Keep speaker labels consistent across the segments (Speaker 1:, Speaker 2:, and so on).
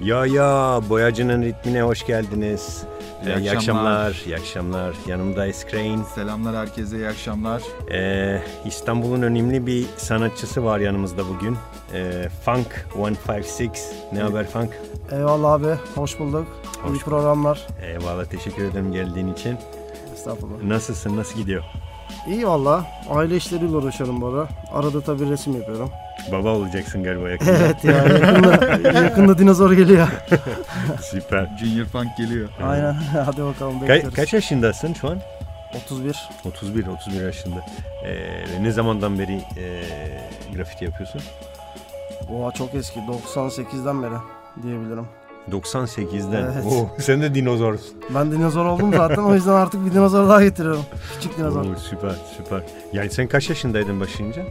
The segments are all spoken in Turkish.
Speaker 1: Yo yo boyacının ritmine hoş geldiniz.
Speaker 2: İyi
Speaker 1: Ee,
Speaker 2: akşamlar.
Speaker 1: İyi akşamlar. iyi akşamlar. Yanımda Eskrain.
Speaker 2: Selamlar herkese, iyi akşamlar.
Speaker 1: Ee, İstanbul'un önemli bir sanatçısı var yanımızda bugün. Ee, Funk 156. Ne haber Funk?
Speaker 3: Eyvallah abi, hoş bulduk.
Speaker 1: Hoş
Speaker 3: İyi
Speaker 1: bulduk.
Speaker 3: programlar.
Speaker 1: Eyvallah teşekkür ederim geldiğin için.
Speaker 3: Estağfurullah.
Speaker 1: Nasılsın? Nasıl gidiyor?
Speaker 3: İyi valla. Aile işleriyle uğraşıyorum bu ara. Arada tabii resim yapıyorum.
Speaker 1: Baba olacaksın galiba yakında.
Speaker 3: Evet ya, yakında, yakında dinozor geliyor.
Speaker 1: Süper.
Speaker 2: Junior Funk geliyor.
Speaker 3: Aynen, hadi bakalım
Speaker 1: Ka-
Speaker 3: bekliyoruz.
Speaker 1: kaç yaşındasın şu an?
Speaker 3: 31.
Speaker 1: 31, 31 yaşında. Ee, ne zamandan beri ee, grafiti yapıyorsun?
Speaker 3: Oha çok eski, 98'den beri diyebilirim.
Speaker 1: 98'den.
Speaker 3: Evet.
Speaker 1: Oo, sen de dinozorsun.
Speaker 3: Ben dinozor oldum zaten, o yüzden artık bir dinozor daha getiriyorum. Küçük dinozor.
Speaker 1: Oo, süper süper. Yani sen kaç yaşındaydın başlayınca?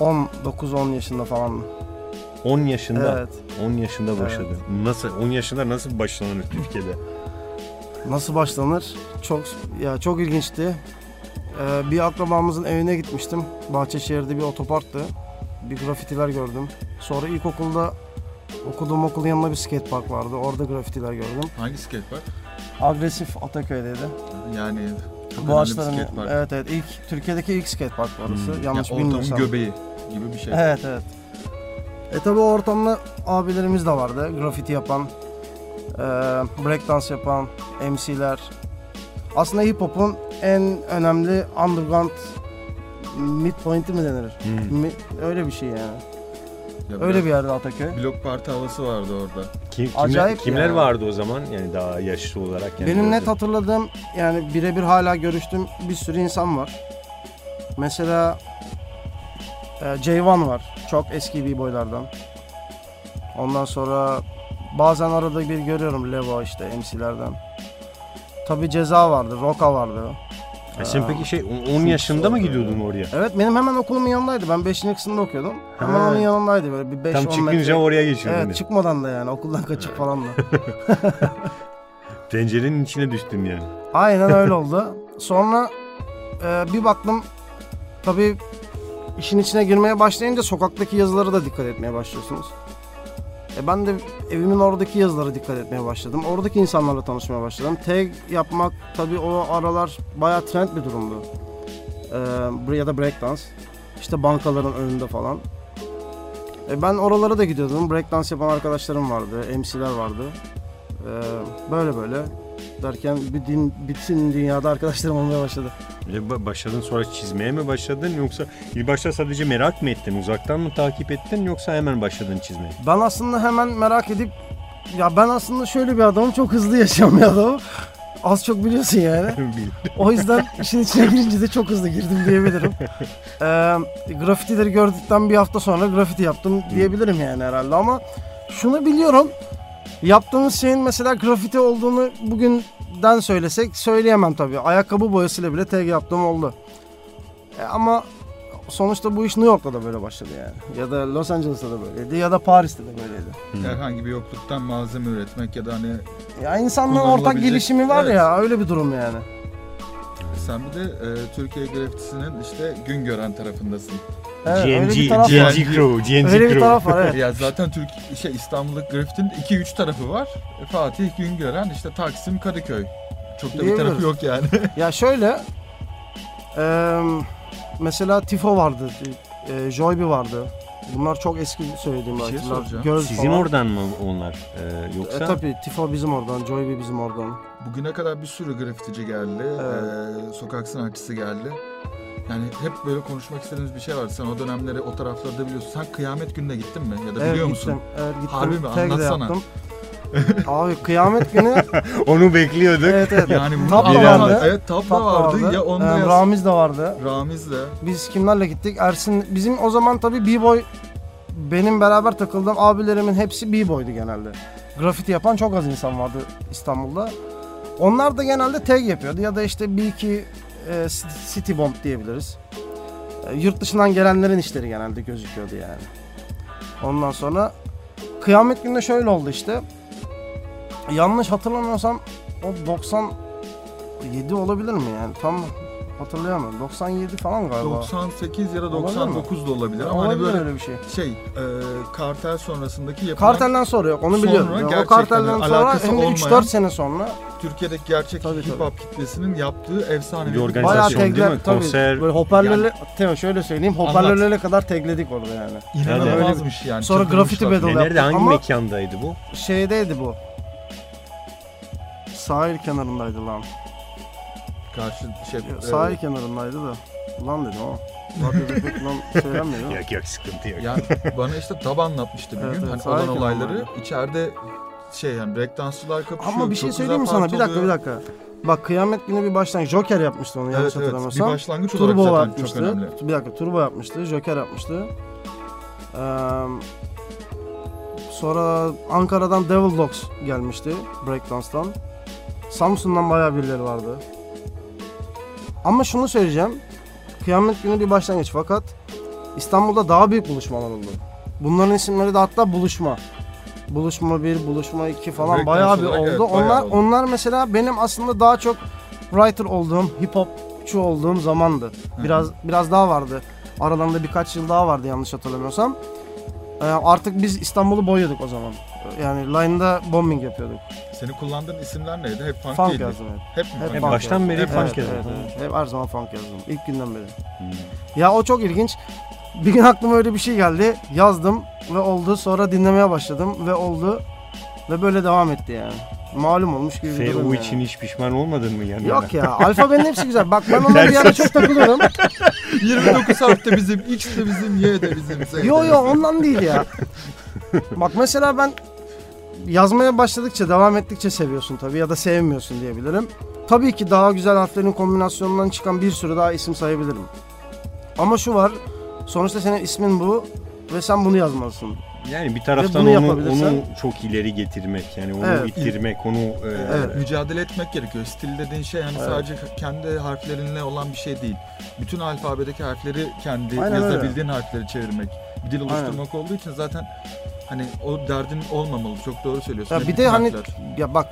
Speaker 3: 19-10 yaşında falan.
Speaker 1: 10 yaşında.
Speaker 3: Evet.
Speaker 1: 10 yaşında başladın. Nasıl 10 yaşında nasıl başlanır Türkiye'de?
Speaker 3: Nasıl başlanır? Çok ya çok ilginçti. Ee, bir akrabamızın evine gitmiştim. Bahçeşehir'de bir otoparktı. Bir grafitiler gördüm. Sonra ilkokulda okuduğum okulun yanında bir skatepark vardı. Orada grafitiler gördüm.
Speaker 2: Hangi skatepark?
Speaker 3: Agresif Ataköy'deydi.
Speaker 2: Yani çok
Speaker 3: Bu
Speaker 2: önemli bir skatepark.
Speaker 3: evet evet ilk Türkiye'deki ilk skatepark orası.
Speaker 2: Hmm.
Speaker 3: Yanlış
Speaker 2: ya,
Speaker 3: bilmiyorsam.
Speaker 2: Ortamın göbeği gibi bir şey.
Speaker 3: Evet evet. E tabi o ortamda abilerimiz de vardı. Grafiti yapan, e, breakdance yapan, MC'ler. Aslında hip hop'un en önemli underground midpoint'i mi denir?
Speaker 1: Hmm.
Speaker 3: Mi- öyle bir şey yani.
Speaker 2: Ya
Speaker 3: Öyle bir
Speaker 2: biraz
Speaker 3: yerde Ataköy.
Speaker 2: Blok parti havası vardı orada.
Speaker 1: Kim, kimler,
Speaker 3: Acayip
Speaker 1: kimler
Speaker 3: ya.
Speaker 1: vardı o zaman? Yani daha yaşlı olarak. Yani
Speaker 3: Benim
Speaker 1: böyle-
Speaker 3: net hatırladığım yani birebir hala görüştüğüm bir sürü insan var. Mesela e, Ceyvan var. Çok eski bir boylardan. Ondan sonra bazen arada bir görüyorum Levo işte MC'lerden. Tabi Ceza vardı, Roka vardı.
Speaker 1: E sen
Speaker 3: Aa,
Speaker 1: peki şey 10
Speaker 2: çok
Speaker 1: yaşında mı
Speaker 2: güzel
Speaker 1: gidiyordun oraya?
Speaker 3: Evet benim hemen okulumun yanındaydı. Ben 5. sınıfta okuyordum. Hemen
Speaker 1: Ha.
Speaker 3: onun yanındaydı böyle bir 5-10
Speaker 1: Tam
Speaker 3: metre.
Speaker 1: çıkınca oraya geçiyordun.
Speaker 3: Evet
Speaker 1: diye.
Speaker 3: çıkmadan da yani okuldan kaçıp falan da.
Speaker 1: Tencerenin içine düştüm yani.
Speaker 3: Aynen öyle oldu. Sonra e, bir baktım tabii işin içine girmeye başlayınca sokaktaki yazılara da dikkat etmeye başlıyorsunuz. E ben de evimin oradaki yazılara dikkat etmeye başladım. Oradaki insanlarla tanışmaya başladım. Tag yapmak tabii o aralar bayağı trend bir durumdu. E, bre- ya da breakdance. İşte bankaların önünde falan. E ben oralara da gidiyordum. Breakdance yapan arkadaşlarım vardı. MC'ler vardı. E, böyle böyle derken bir din, bütün dünyada arkadaşlarım olmaya başladı.
Speaker 1: E ba- başladın sonra çizmeye mi başladın yoksa ilk başta sadece merak mı ettin? Uzaktan mı takip ettin yoksa hemen başladın çizmeye?
Speaker 3: Ben aslında hemen merak edip ya ben aslında şöyle bir adamım çok hızlı yaşayan bir adamım. Az çok biliyorsun yani.
Speaker 1: Bil-
Speaker 3: O yüzden işin içine girince de çok hızlı girdim diyebilirim. Ee, grafitileri gördükten bir hafta sonra grafiti yaptım diyebilirim yani herhalde ama şunu biliyorum. Yaptığımız şeyin mesela grafiti olduğunu bugünden söylesek söyleyemem tabii. Ayakkabı boyasıyla bile tag yaptığım oldu. E ama sonuçta bu iş New York'ta da böyle başladı yani. Ya da Los Angeles'ta da böyleydi ya da Paris'te de böyleydi.
Speaker 2: Herhangi bir yokluktan malzeme üretmek ya da hani
Speaker 3: Ya insanların ortak
Speaker 2: Kullanılabilecek-
Speaker 3: gelişimi var
Speaker 2: Evet.
Speaker 3: ya öyle bir durum yani.
Speaker 2: sen bir de e, Türkiye grafitisinin işte gün gören tarafındasın.
Speaker 3: Evet, öyle
Speaker 1: GNG,
Speaker 3: bir taraf var.
Speaker 1: GNG Crew, GNG
Speaker 3: Öyle bir
Speaker 1: Crew.
Speaker 3: taraf var evet.
Speaker 2: ya zaten Türk şey İstanbul'daki grafitinin 2 3 tarafı var. E, Fatih Güngören, işte Taksim, Kadıköy. Çok da bir tarafı
Speaker 3: Diyebiliriz.
Speaker 2: yok yani.
Speaker 3: Ya şöyle eee, mesela Tifo vardı, eee, Joybi vardı. Bunlar çok eski söylediğim
Speaker 2: Bir şey
Speaker 3: rakipler.
Speaker 2: soracağım.
Speaker 3: Girls
Speaker 1: Sizin
Speaker 3: falan.
Speaker 1: oradan mı onlar Ee,
Speaker 3: E,
Speaker 1: yoksa?
Speaker 3: tabii Tifo bizim oradan, Joybi bizim oradan.
Speaker 2: Bugüne kadar bir sürü grafitici geldi,
Speaker 3: Evet.
Speaker 2: eee, sokak sanatçısı geldi. Yani hep böyle konuşmak istediğiniz bir şey var. Sen o dönemleri, o taraflarda biliyorsun. Sen kıyamet gününe gittin mi? Ya da biliyor musun?
Speaker 3: Gittim, evet gittim.
Speaker 2: Harbi mi?
Speaker 3: Tag de
Speaker 2: Anlatsana.
Speaker 3: yaptım. Abi kıyamet günü
Speaker 1: Onu bekliyorduk.
Speaker 3: evet evet.
Speaker 2: Yani bu
Speaker 3: Tap da
Speaker 2: Aa,
Speaker 3: vardı.
Speaker 2: Evet, tap da
Speaker 3: Tatlı
Speaker 2: vardı.
Speaker 3: vardı.
Speaker 2: Ya onda
Speaker 3: Eee,
Speaker 2: ya
Speaker 3: Ramiz de vardı.
Speaker 2: Ramiz de.
Speaker 3: Biz kimlerle gittik? Ersin bizim o zaman tabii B-boy benim beraber takıldığım abilerimin hepsi B-boydu genelde. Grafiti yapan çok az insan vardı İstanbul'da. Onlar da genelde tag yapıyordu ya da işte bir iki e, city- city bomb diyebiliriz. E, yurt dışından gelenlerin işleri genelde gözüküyordu yani. Ondan sonra kıyamet günde şöyle oldu işte. Yanlış hatırlamıyorsam o 97 olabilir mi yani tam Hatırlayamıyorum. 97 falan galiba.
Speaker 2: 98 ya da
Speaker 3: Olabilir mi?
Speaker 2: 99 da olabilir ama hani
Speaker 3: Olabilir
Speaker 2: böyle
Speaker 3: öyle bir şey.
Speaker 2: şey e, kartel sonrasındaki yapılan
Speaker 3: Kartelden sonra yok onu
Speaker 2: Sonra
Speaker 3: biliyorum. Yani o
Speaker 2: gerçekten
Speaker 3: kartelden
Speaker 2: hani
Speaker 3: sonra
Speaker 2: alakası
Speaker 3: hem de
Speaker 2: olmayan-
Speaker 3: 3-4 sene sonra
Speaker 2: Türkiye'deki gerçek
Speaker 3: Tabii,
Speaker 2: hip
Speaker 3: tabii.
Speaker 2: hop kitlesinin yaptığı efsanevi
Speaker 1: Bir organizasyon.
Speaker 3: bayağı
Speaker 1: değil mi?
Speaker 3: tekler tabii.
Speaker 1: Konser-
Speaker 3: Böyle hoparlörle Teo şöyle söyleyeyim
Speaker 2: Anlat.
Speaker 3: hoparlörlere kadar tekledik orada yani.
Speaker 2: İnanılmazmış yani.
Speaker 3: Sonra grafiti
Speaker 2: çıldırmışlar.
Speaker 3: battle
Speaker 1: Ne,
Speaker 3: yaptık
Speaker 1: E, nerede hangi
Speaker 3: ama
Speaker 1: mekandaydı bu?
Speaker 3: şeydeydi bu. Sahil kenarındaydı lan.
Speaker 2: Karşı şey.
Speaker 3: Ya,
Speaker 2: e,
Speaker 3: Sahil kenarındaydı da. Lan dedim ama. Radyo bebek lan söylenmiyor değil mi?
Speaker 1: Yok yok sıkıntı yok.
Speaker 2: Yani bana işte tab anlatmıştı bir
Speaker 3: Evet,
Speaker 2: gün.
Speaker 3: evet,
Speaker 2: hani olan
Speaker 3: sahiden
Speaker 2: olayları
Speaker 3: olmadı.
Speaker 2: içeride şey yani breakdance'lar kapışıyor.
Speaker 3: Ama bir şey
Speaker 2: çok
Speaker 3: söyleyeyim mi
Speaker 2: güzel
Speaker 3: sana? Bir dakika bir
Speaker 2: parçalıyor.
Speaker 3: dakika. Bak kıyamet günü bir başlangıç. Joker yapmıştı onu yanlış
Speaker 2: Evet evet bir
Speaker 3: hatırlamıyorsam.
Speaker 2: başlangıç
Speaker 3: Turbo
Speaker 2: olarak zaten çok önemli.
Speaker 3: yapmıştı. Bir dakika Turbo yapmıştı. Joker yapmıştı. Ee, sonra Ankara'dan Devil Dogs gelmişti. Breakdance'dan. Samsun'dan bayağı birileri vardı. Ama şunu söyleyeceğim. Kıyamet günü bir başlangıç fakat İstanbul'da daha büyük buluşmalar oldu. Bunların isimleri de hatta buluşma. Buluşma 1, buluşma 2 falan
Speaker 2: Breakdance
Speaker 3: bayağı bir
Speaker 2: olarak
Speaker 3: oldu.
Speaker 2: evet, bayağı
Speaker 3: onlar
Speaker 2: oldu.
Speaker 3: onlar mesela benim aslında daha çok writer olduğum, hip hopçu olduğum zamandı. Biraz biraz daha vardı. Aralarında birkaç yıl daha vardı yanlış hatırlamıyorsam. Ee, artık biz İstanbul'u boyuyorduk o zaman. Yani line'da bombing yapıyorduk.
Speaker 2: Seni kullandığın isimler neydi? Hep funk,
Speaker 3: Funk
Speaker 2: değildi.
Speaker 3: yazdım
Speaker 2: Hep
Speaker 3: hep.
Speaker 2: mi?
Speaker 1: Hep
Speaker 2: funk?
Speaker 3: funk
Speaker 1: baştan
Speaker 3: yazdım.
Speaker 1: beri
Speaker 3: Hep
Speaker 1: funk
Speaker 3: evet,
Speaker 1: yazdım.
Speaker 3: evet, evet. Hep her zaman funk yazdım. İlk günden beri.
Speaker 1: Hmm.
Speaker 3: Ya o çok ilginç. Bir gün aklıma öyle bir şey geldi. Yazdım ve oldu. Sonra dinlemeye başladım ve oldu. Ve böyle devam etti yani. Malum olmuş gibi bir durum
Speaker 1: FU
Speaker 3: yani.
Speaker 1: için hiç pişman olmadın mı yani?
Speaker 3: Yok ya. Alfabenin hepsi güzel. Bak ben onlara bir ara çok takılıyorum.
Speaker 2: 29 harf de bizim, X de bizim, Y de bizim, Z de
Speaker 3: Yo yo
Speaker 2: bizim.
Speaker 3: ondan değil ya. Bak mesela ben yazmaya başladıkça devam ettikçe seviyorsun tabii ya da sevmiyorsun diyebilirim. Tabii ki daha güzel harflerin kombinasyonundan çıkan bir sürü daha isim sayabilirim. Ama şu var. Sonuçta senin ismin bu ve sen bunu yazmalısın.
Speaker 1: Yani bir taraftan
Speaker 3: bunu
Speaker 1: onu,
Speaker 3: yapabilirsen-
Speaker 1: onu çok ileri getirmek yani onu
Speaker 3: Evet.
Speaker 1: ittirmek onu e,
Speaker 3: Evet.
Speaker 2: Mücadele etmek gerekiyor. Stil dediğin şey yani
Speaker 3: Evet.
Speaker 2: sadece kendi harflerinle olan bir şey değil. Bütün alfabedeki harfleri kendi
Speaker 3: Aynen öyle.
Speaker 2: yazabildiğin harfleri çevirmek. Bir dil oluşturmak olduğu için zaten hani o derdin olmamalı. Çok doğru söylüyorsun.
Speaker 3: Ya
Speaker 2: Hep
Speaker 3: bir de
Speaker 2: bütün
Speaker 3: hani
Speaker 2: harfler.
Speaker 3: ya bak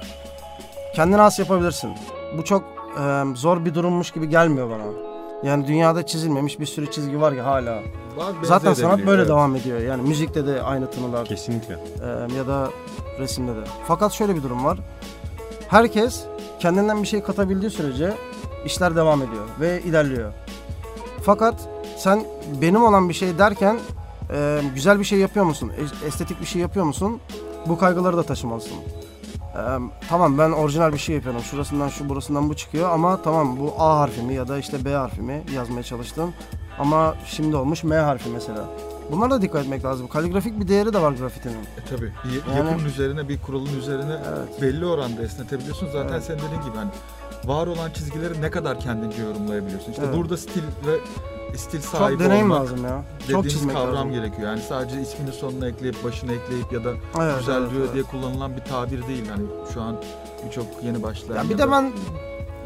Speaker 3: kendine has yapabilirsin. Bu çok e, zor bir durummuş gibi gelmiyor bana. Yani dünyada çizilmemiş bir sürü çizgi var ki hala.
Speaker 2: Var,
Speaker 3: Zaten
Speaker 2: benzeyebiliyor,
Speaker 3: sanat böyle
Speaker 2: evet.
Speaker 3: devam ediyor. Yani müzikte de aynı tınılar.
Speaker 1: kesinlikle.
Speaker 3: Ee, ya da resimde de. Fakat şöyle bir durum var. Herkes kendinden bir şey katabildiği sürece işler devam ediyor ve ilerliyor. Fakat sen benim olan bir şey derken e, güzel bir şey yapıyor musun? Es- Estetik bir şey yapıyor musun? Bu kaygıları da taşımalısın. E, tamam ben orijinal bir şey yapıyorum. Şurasından şu burasından bu çıkıyor ama tamam bu A harfimi ya da işte B harfimi yazmaya çalıştım. Ama şimdi olmuş M harfi mesela. Bunlara da dikkat etmek lazım. Kaligrafik bir değeri de var grafitinin.
Speaker 2: E tabii. Bir
Speaker 3: Yani-
Speaker 2: yapının üzerine, bir kuralın üzerine
Speaker 3: Evet.
Speaker 2: belli oranda esnetebiliyorsun. Zaten
Speaker 3: Evet.
Speaker 2: senin dediğin gibi hani var olan çizgileri ne kadar kendince yorumlayabiliyorsun. İşte
Speaker 3: Evet.
Speaker 2: burada stil ve stil sahibi
Speaker 3: Çok deneyim
Speaker 2: olmak
Speaker 3: lazım ya. Çok
Speaker 2: dediğimiz
Speaker 3: çizmek
Speaker 2: kavram
Speaker 3: lazım.
Speaker 2: gerekiyor. Yani sadece ismini sonuna ekleyip başına ekleyip ya da
Speaker 3: Evet,
Speaker 2: güzel
Speaker 3: evet,
Speaker 2: diyor
Speaker 3: evet.
Speaker 2: diye kullanılan bir tabir değil. Hani şu an birçok yeni başlayan.
Speaker 3: Ya
Speaker 2: ya
Speaker 3: bir
Speaker 2: da
Speaker 3: de ben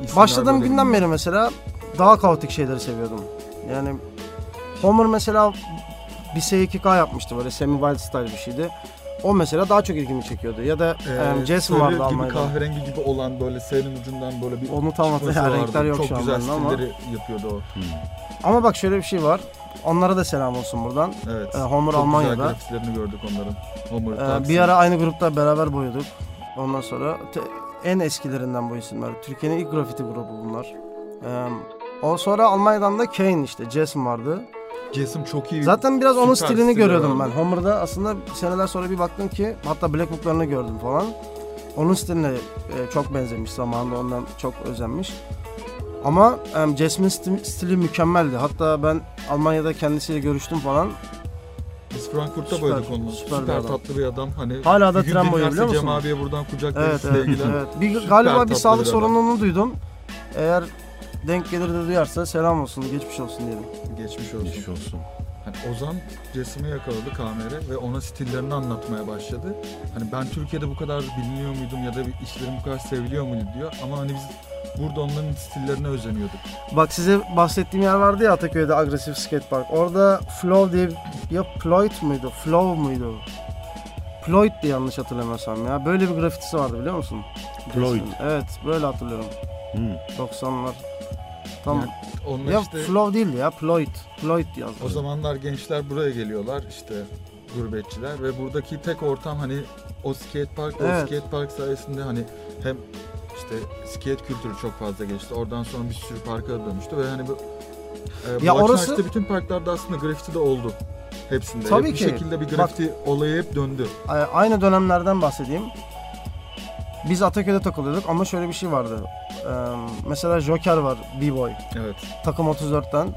Speaker 2: isimler
Speaker 3: başladığım
Speaker 2: böyle
Speaker 3: günden beri mesela daha kaotik şeyleri seviyordum. Yani Homer mesela bir S2K yapmıştı böyle semi wild style bir şeydi. O mesela daha çok ilgimi çekiyordu. Ya da
Speaker 2: Ee,
Speaker 3: em, Jason vardı
Speaker 2: sarı gibi
Speaker 3: Almanya'da.
Speaker 2: kahverengi gibi olan böyle serinin ucundan böyle bir
Speaker 3: Onu tam
Speaker 2: çıkması
Speaker 3: hatırlamıyorum.
Speaker 2: vardı.
Speaker 3: Renkler yok
Speaker 2: Çok
Speaker 3: şu an
Speaker 2: güzel
Speaker 3: bende ama.
Speaker 2: stilleri yapıyordu o.
Speaker 1: Hmm,
Speaker 3: Ama bak şöyle bir şey var. Onlara da selam olsun buradan.
Speaker 2: Evet.
Speaker 3: Ee, Homer
Speaker 2: Çok
Speaker 3: Almanya'da.
Speaker 2: güzel grafiklerini gördük onların. Homer,
Speaker 3: Ee,
Speaker 2: Clarkson.
Speaker 3: bir ara aynı grupta beraber boyuyorduk. Ondan sonra te- en eskilerinden bu isimler. Türkiye'nin ilk grafiti grubu bunlar. Ee, o sonra Almanya'dan da Kane işte Jason vardı.
Speaker 2: Jason çok iyi.
Speaker 3: Zaten biraz onun
Speaker 2: Süper
Speaker 3: stilini
Speaker 2: stilleri
Speaker 3: görüyordum ben.
Speaker 2: vardı.
Speaker 3: Homer'da aslında seneler sonra bir baktım ki hatta Black Book'larını gördüm falan. Onun stiline e, çok benzemiş zamanında ondan çok özenmiş. Ama em, Jasmine sti- stili mükemmeldi. Hatta ben Almanya'da kendisiyle görüştüm falan.
Speaker 2: Biz Frankfurt'ta
Speaker 3: Süper,
Speaker 2: boyadık onunla.
Speaker 3: süper bir
Speaker 2: Süper,
Speaker 3: adam.
Speaker 2: tatlı bir adam. Hani
Speaker 3: Hala da
Speaker 2: bir gün
Speaker 3: tren boyu
Speaker 2: dinlerse
Speaker 3: biliyor musun?
Speaker 2: Cem abiye buradan kucaklarız
Speaker 3: Evet, evet,
Speaker 2: sevgiler.
Speaker 3: evet. Bir,
Speaker 2: Süper
Speaker 3: galiba bir
Speaker 2: tatlı
Speaker 3: sağlık
Speaker 2: bir adam.
Speaker 3: sorununu duydum. Eğer denk gelir de duyarsa selam olsun, geçmiş olsun diyelim.
Speaker 2: Geçmiş olsun.
Speaker 1: Geçmiş olsun.
Speaker 2: Hani Ozan Cesim'i yakaladı KMR ve ona stillerini anlatmaya başladı. Hani ben Türkiye'de bu kadar biliniyor muydum ya da bir işlerim bu kadar seviliyor muydu diyor. Ama hani biz burada onların stillerine özeniyorduk.
Speaker 3: Bak size bahsettiğim yer vardı ya Ataköy'de agresif skate park. Orada Flow diye ya Ployt muydu? Flow muydu? Ployt diye yanlış hatırlamıyorsam ya. Böyle bir grafitisi vardı biliyor musun?
Speaker 1: Ployt.
Speaker 3: Evet böyle hatırlıyorum.
Speaker 1: Hmm.
Speaker 3: 90'lar Tamam.
Speaker 2: Yani Onlar
Speaker 3: ya
Speaker 2: işte
Speaker 3: Flow değildi ya Ploid. Ploid yazdı.
Speaker 2: o zamanlar gençler buraya geliyorlar işte gurbetçiler ve buradaki tek ortam hani o skate park, o
Speaker 3: Evet.
Speaker 2: skate park sayesinde hani hem işte skate kültürü çok fazla geçti. Oradan sonra bir sürü parka dönüştü ve hani bu e,
Speaker 3: Ya
Speaker 2: Black
Speaker 3: orası-
Speaker 2: Knights'te bütün parklarda aslında graffiti de oldu. Hepsinde.
Speaker 3: Tabii
Speaker 2: hep
Speaker 3: ki.
Speaker 2: Bir şekilde bir graffiti olayı hep döndü.
Speaker 3: A- Aynı dönemlerden bahsedeyim. Biz Ataköy'de takılıyorduk ama şöyle bir şey vardı. Ee, mesela Joker var B-Boy.
Speaker 2: Evet.
Speaker 3: Takım 34'ten.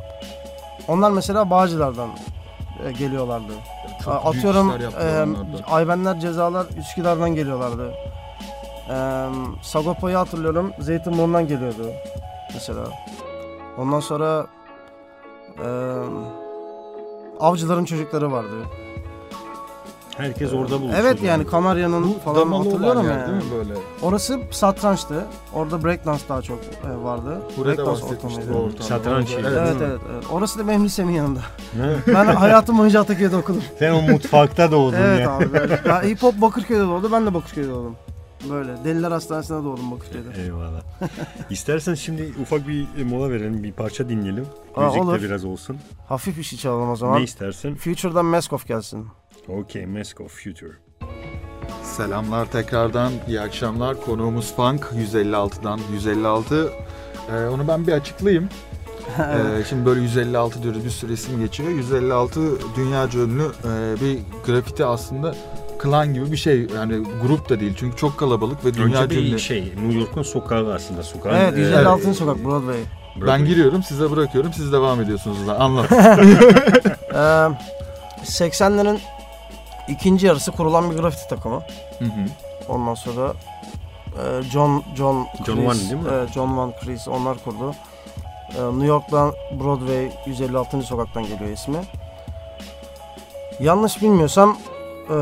Speaker 3: Onlar mesela Bağcılar'dan e, geliyorlardı.
Speaker 2: Çok
Speaker 3: A- Atıyorum
Speaker 2: büyük işler
Speaker 3: e,
Speaker 2: yaptılar onlar da.
Speaker 3: Aybenler Cezalar Üsküdar'dan geliyorlardı. E, Sagopa'yı hatırlıyorum Zeytinburnu'ndan geliyordu mesela. Ondan sonra e, Avcıların çocukları vardı.
Speaker 1: Herkes orada buluşuyor.
Speaker 3: evet yani Kanarya'nın
Speaker 2: Bu
Speaker 3: falan
Speaker 2: damalı olan
Speaker 3: hatırlıyorum
Speaker 2: yer
Speaker 3: yani.
Speaker 2: değil mi böyle?
Speaker 3: Orası satrançtı. Orada breakdance daha çok e, vardı.
Speaker 2: Burada bahsetmişti bu
Speaker 3: ortamıydı.
Speaker 2: ortamdan.
Speaker 1: Satranç
Speaker 2: Evet,
Speaker 1: yeri.
Speaker 3: Evet,
Speaker 2: değil mi?
Speaker 3: evet evet. Orası da benim lisemin yanında.
Speaker 1: Ne?
Speaker 3: Ben hayatım boyunca Ataköy'de okudum.
Speaker 1: Sen o mutfakta doğdun
Speaker 3: evet
Speaker 1: ya.
Speaker 3: abi. böyle. Ya, hip hop Bakırköy'de doğdu. Ben de Bakırköy'de doğdum. Böyle. Deliler Hastanesi'nde doğdum Bakırköy'de.
Speaker 1: Eyvallah. İstersen şimdi ufak bir e, mola verelim, bir parça dinleyelim.
Speaker 3: Aa,
Speaker 1: Müzik
Speaker 3: olur.
Speaker 1: de biraz olsun.
Speaker 3: Hafif işi çalalım o
Speaker 1: Ne
Speaker 3: zaman.
Speaker 1: istersin?
Speaker 3: Future'dan Meskov gelsin.
Speaker 1: Okay, Mesko Future.
Speaker 2: Selamlar tekrardan, iyi akşamlar. Konuğumuz Funk 156'dan 156. Ee, onu ben bir açıklayayım. Ee, şimdi böyle 156 diyoruz, bir sürü isim geçiyor. 156 dünyaca ünlü e, bir grafiti aslında klan gibi bir şey. Yani grup da değil çünkü çok kalabalık ve
Speaker 1: Önce
Speaker 2: dünyaca
Speaker 1: bir
Speaker 2: ünlü.
Speaker 1: şey, New York'un sokağı aslında. Sokağın,
Speaker 3: evet,
Speaker 1: e,
Speaker 3: 156.
Speaker 1: e,
Speaker 3: sokak Broadway.
Speaker 1: Broadway.
Speaker 2: Ben giriyorum, size bırakıyorum, siz devam ediyorsunuz. o zaman. Anlat.
Speaker 3: Ee, 80'lerin ikinci yarısı kurulan bir grafiti takımı.
Speaker 2: Hı hı.
Speaker 3: Ondan sonra e, John John
Speaker 1: John
Speaker 3: Kreese,
Speaker 1: Van değil mi?
Speaker 3: e, John Van Kreese onlar kurdu. E, New York'tan Broadway 156. sokaktan geliyor ismi. Yanlış bilmiyorsam e,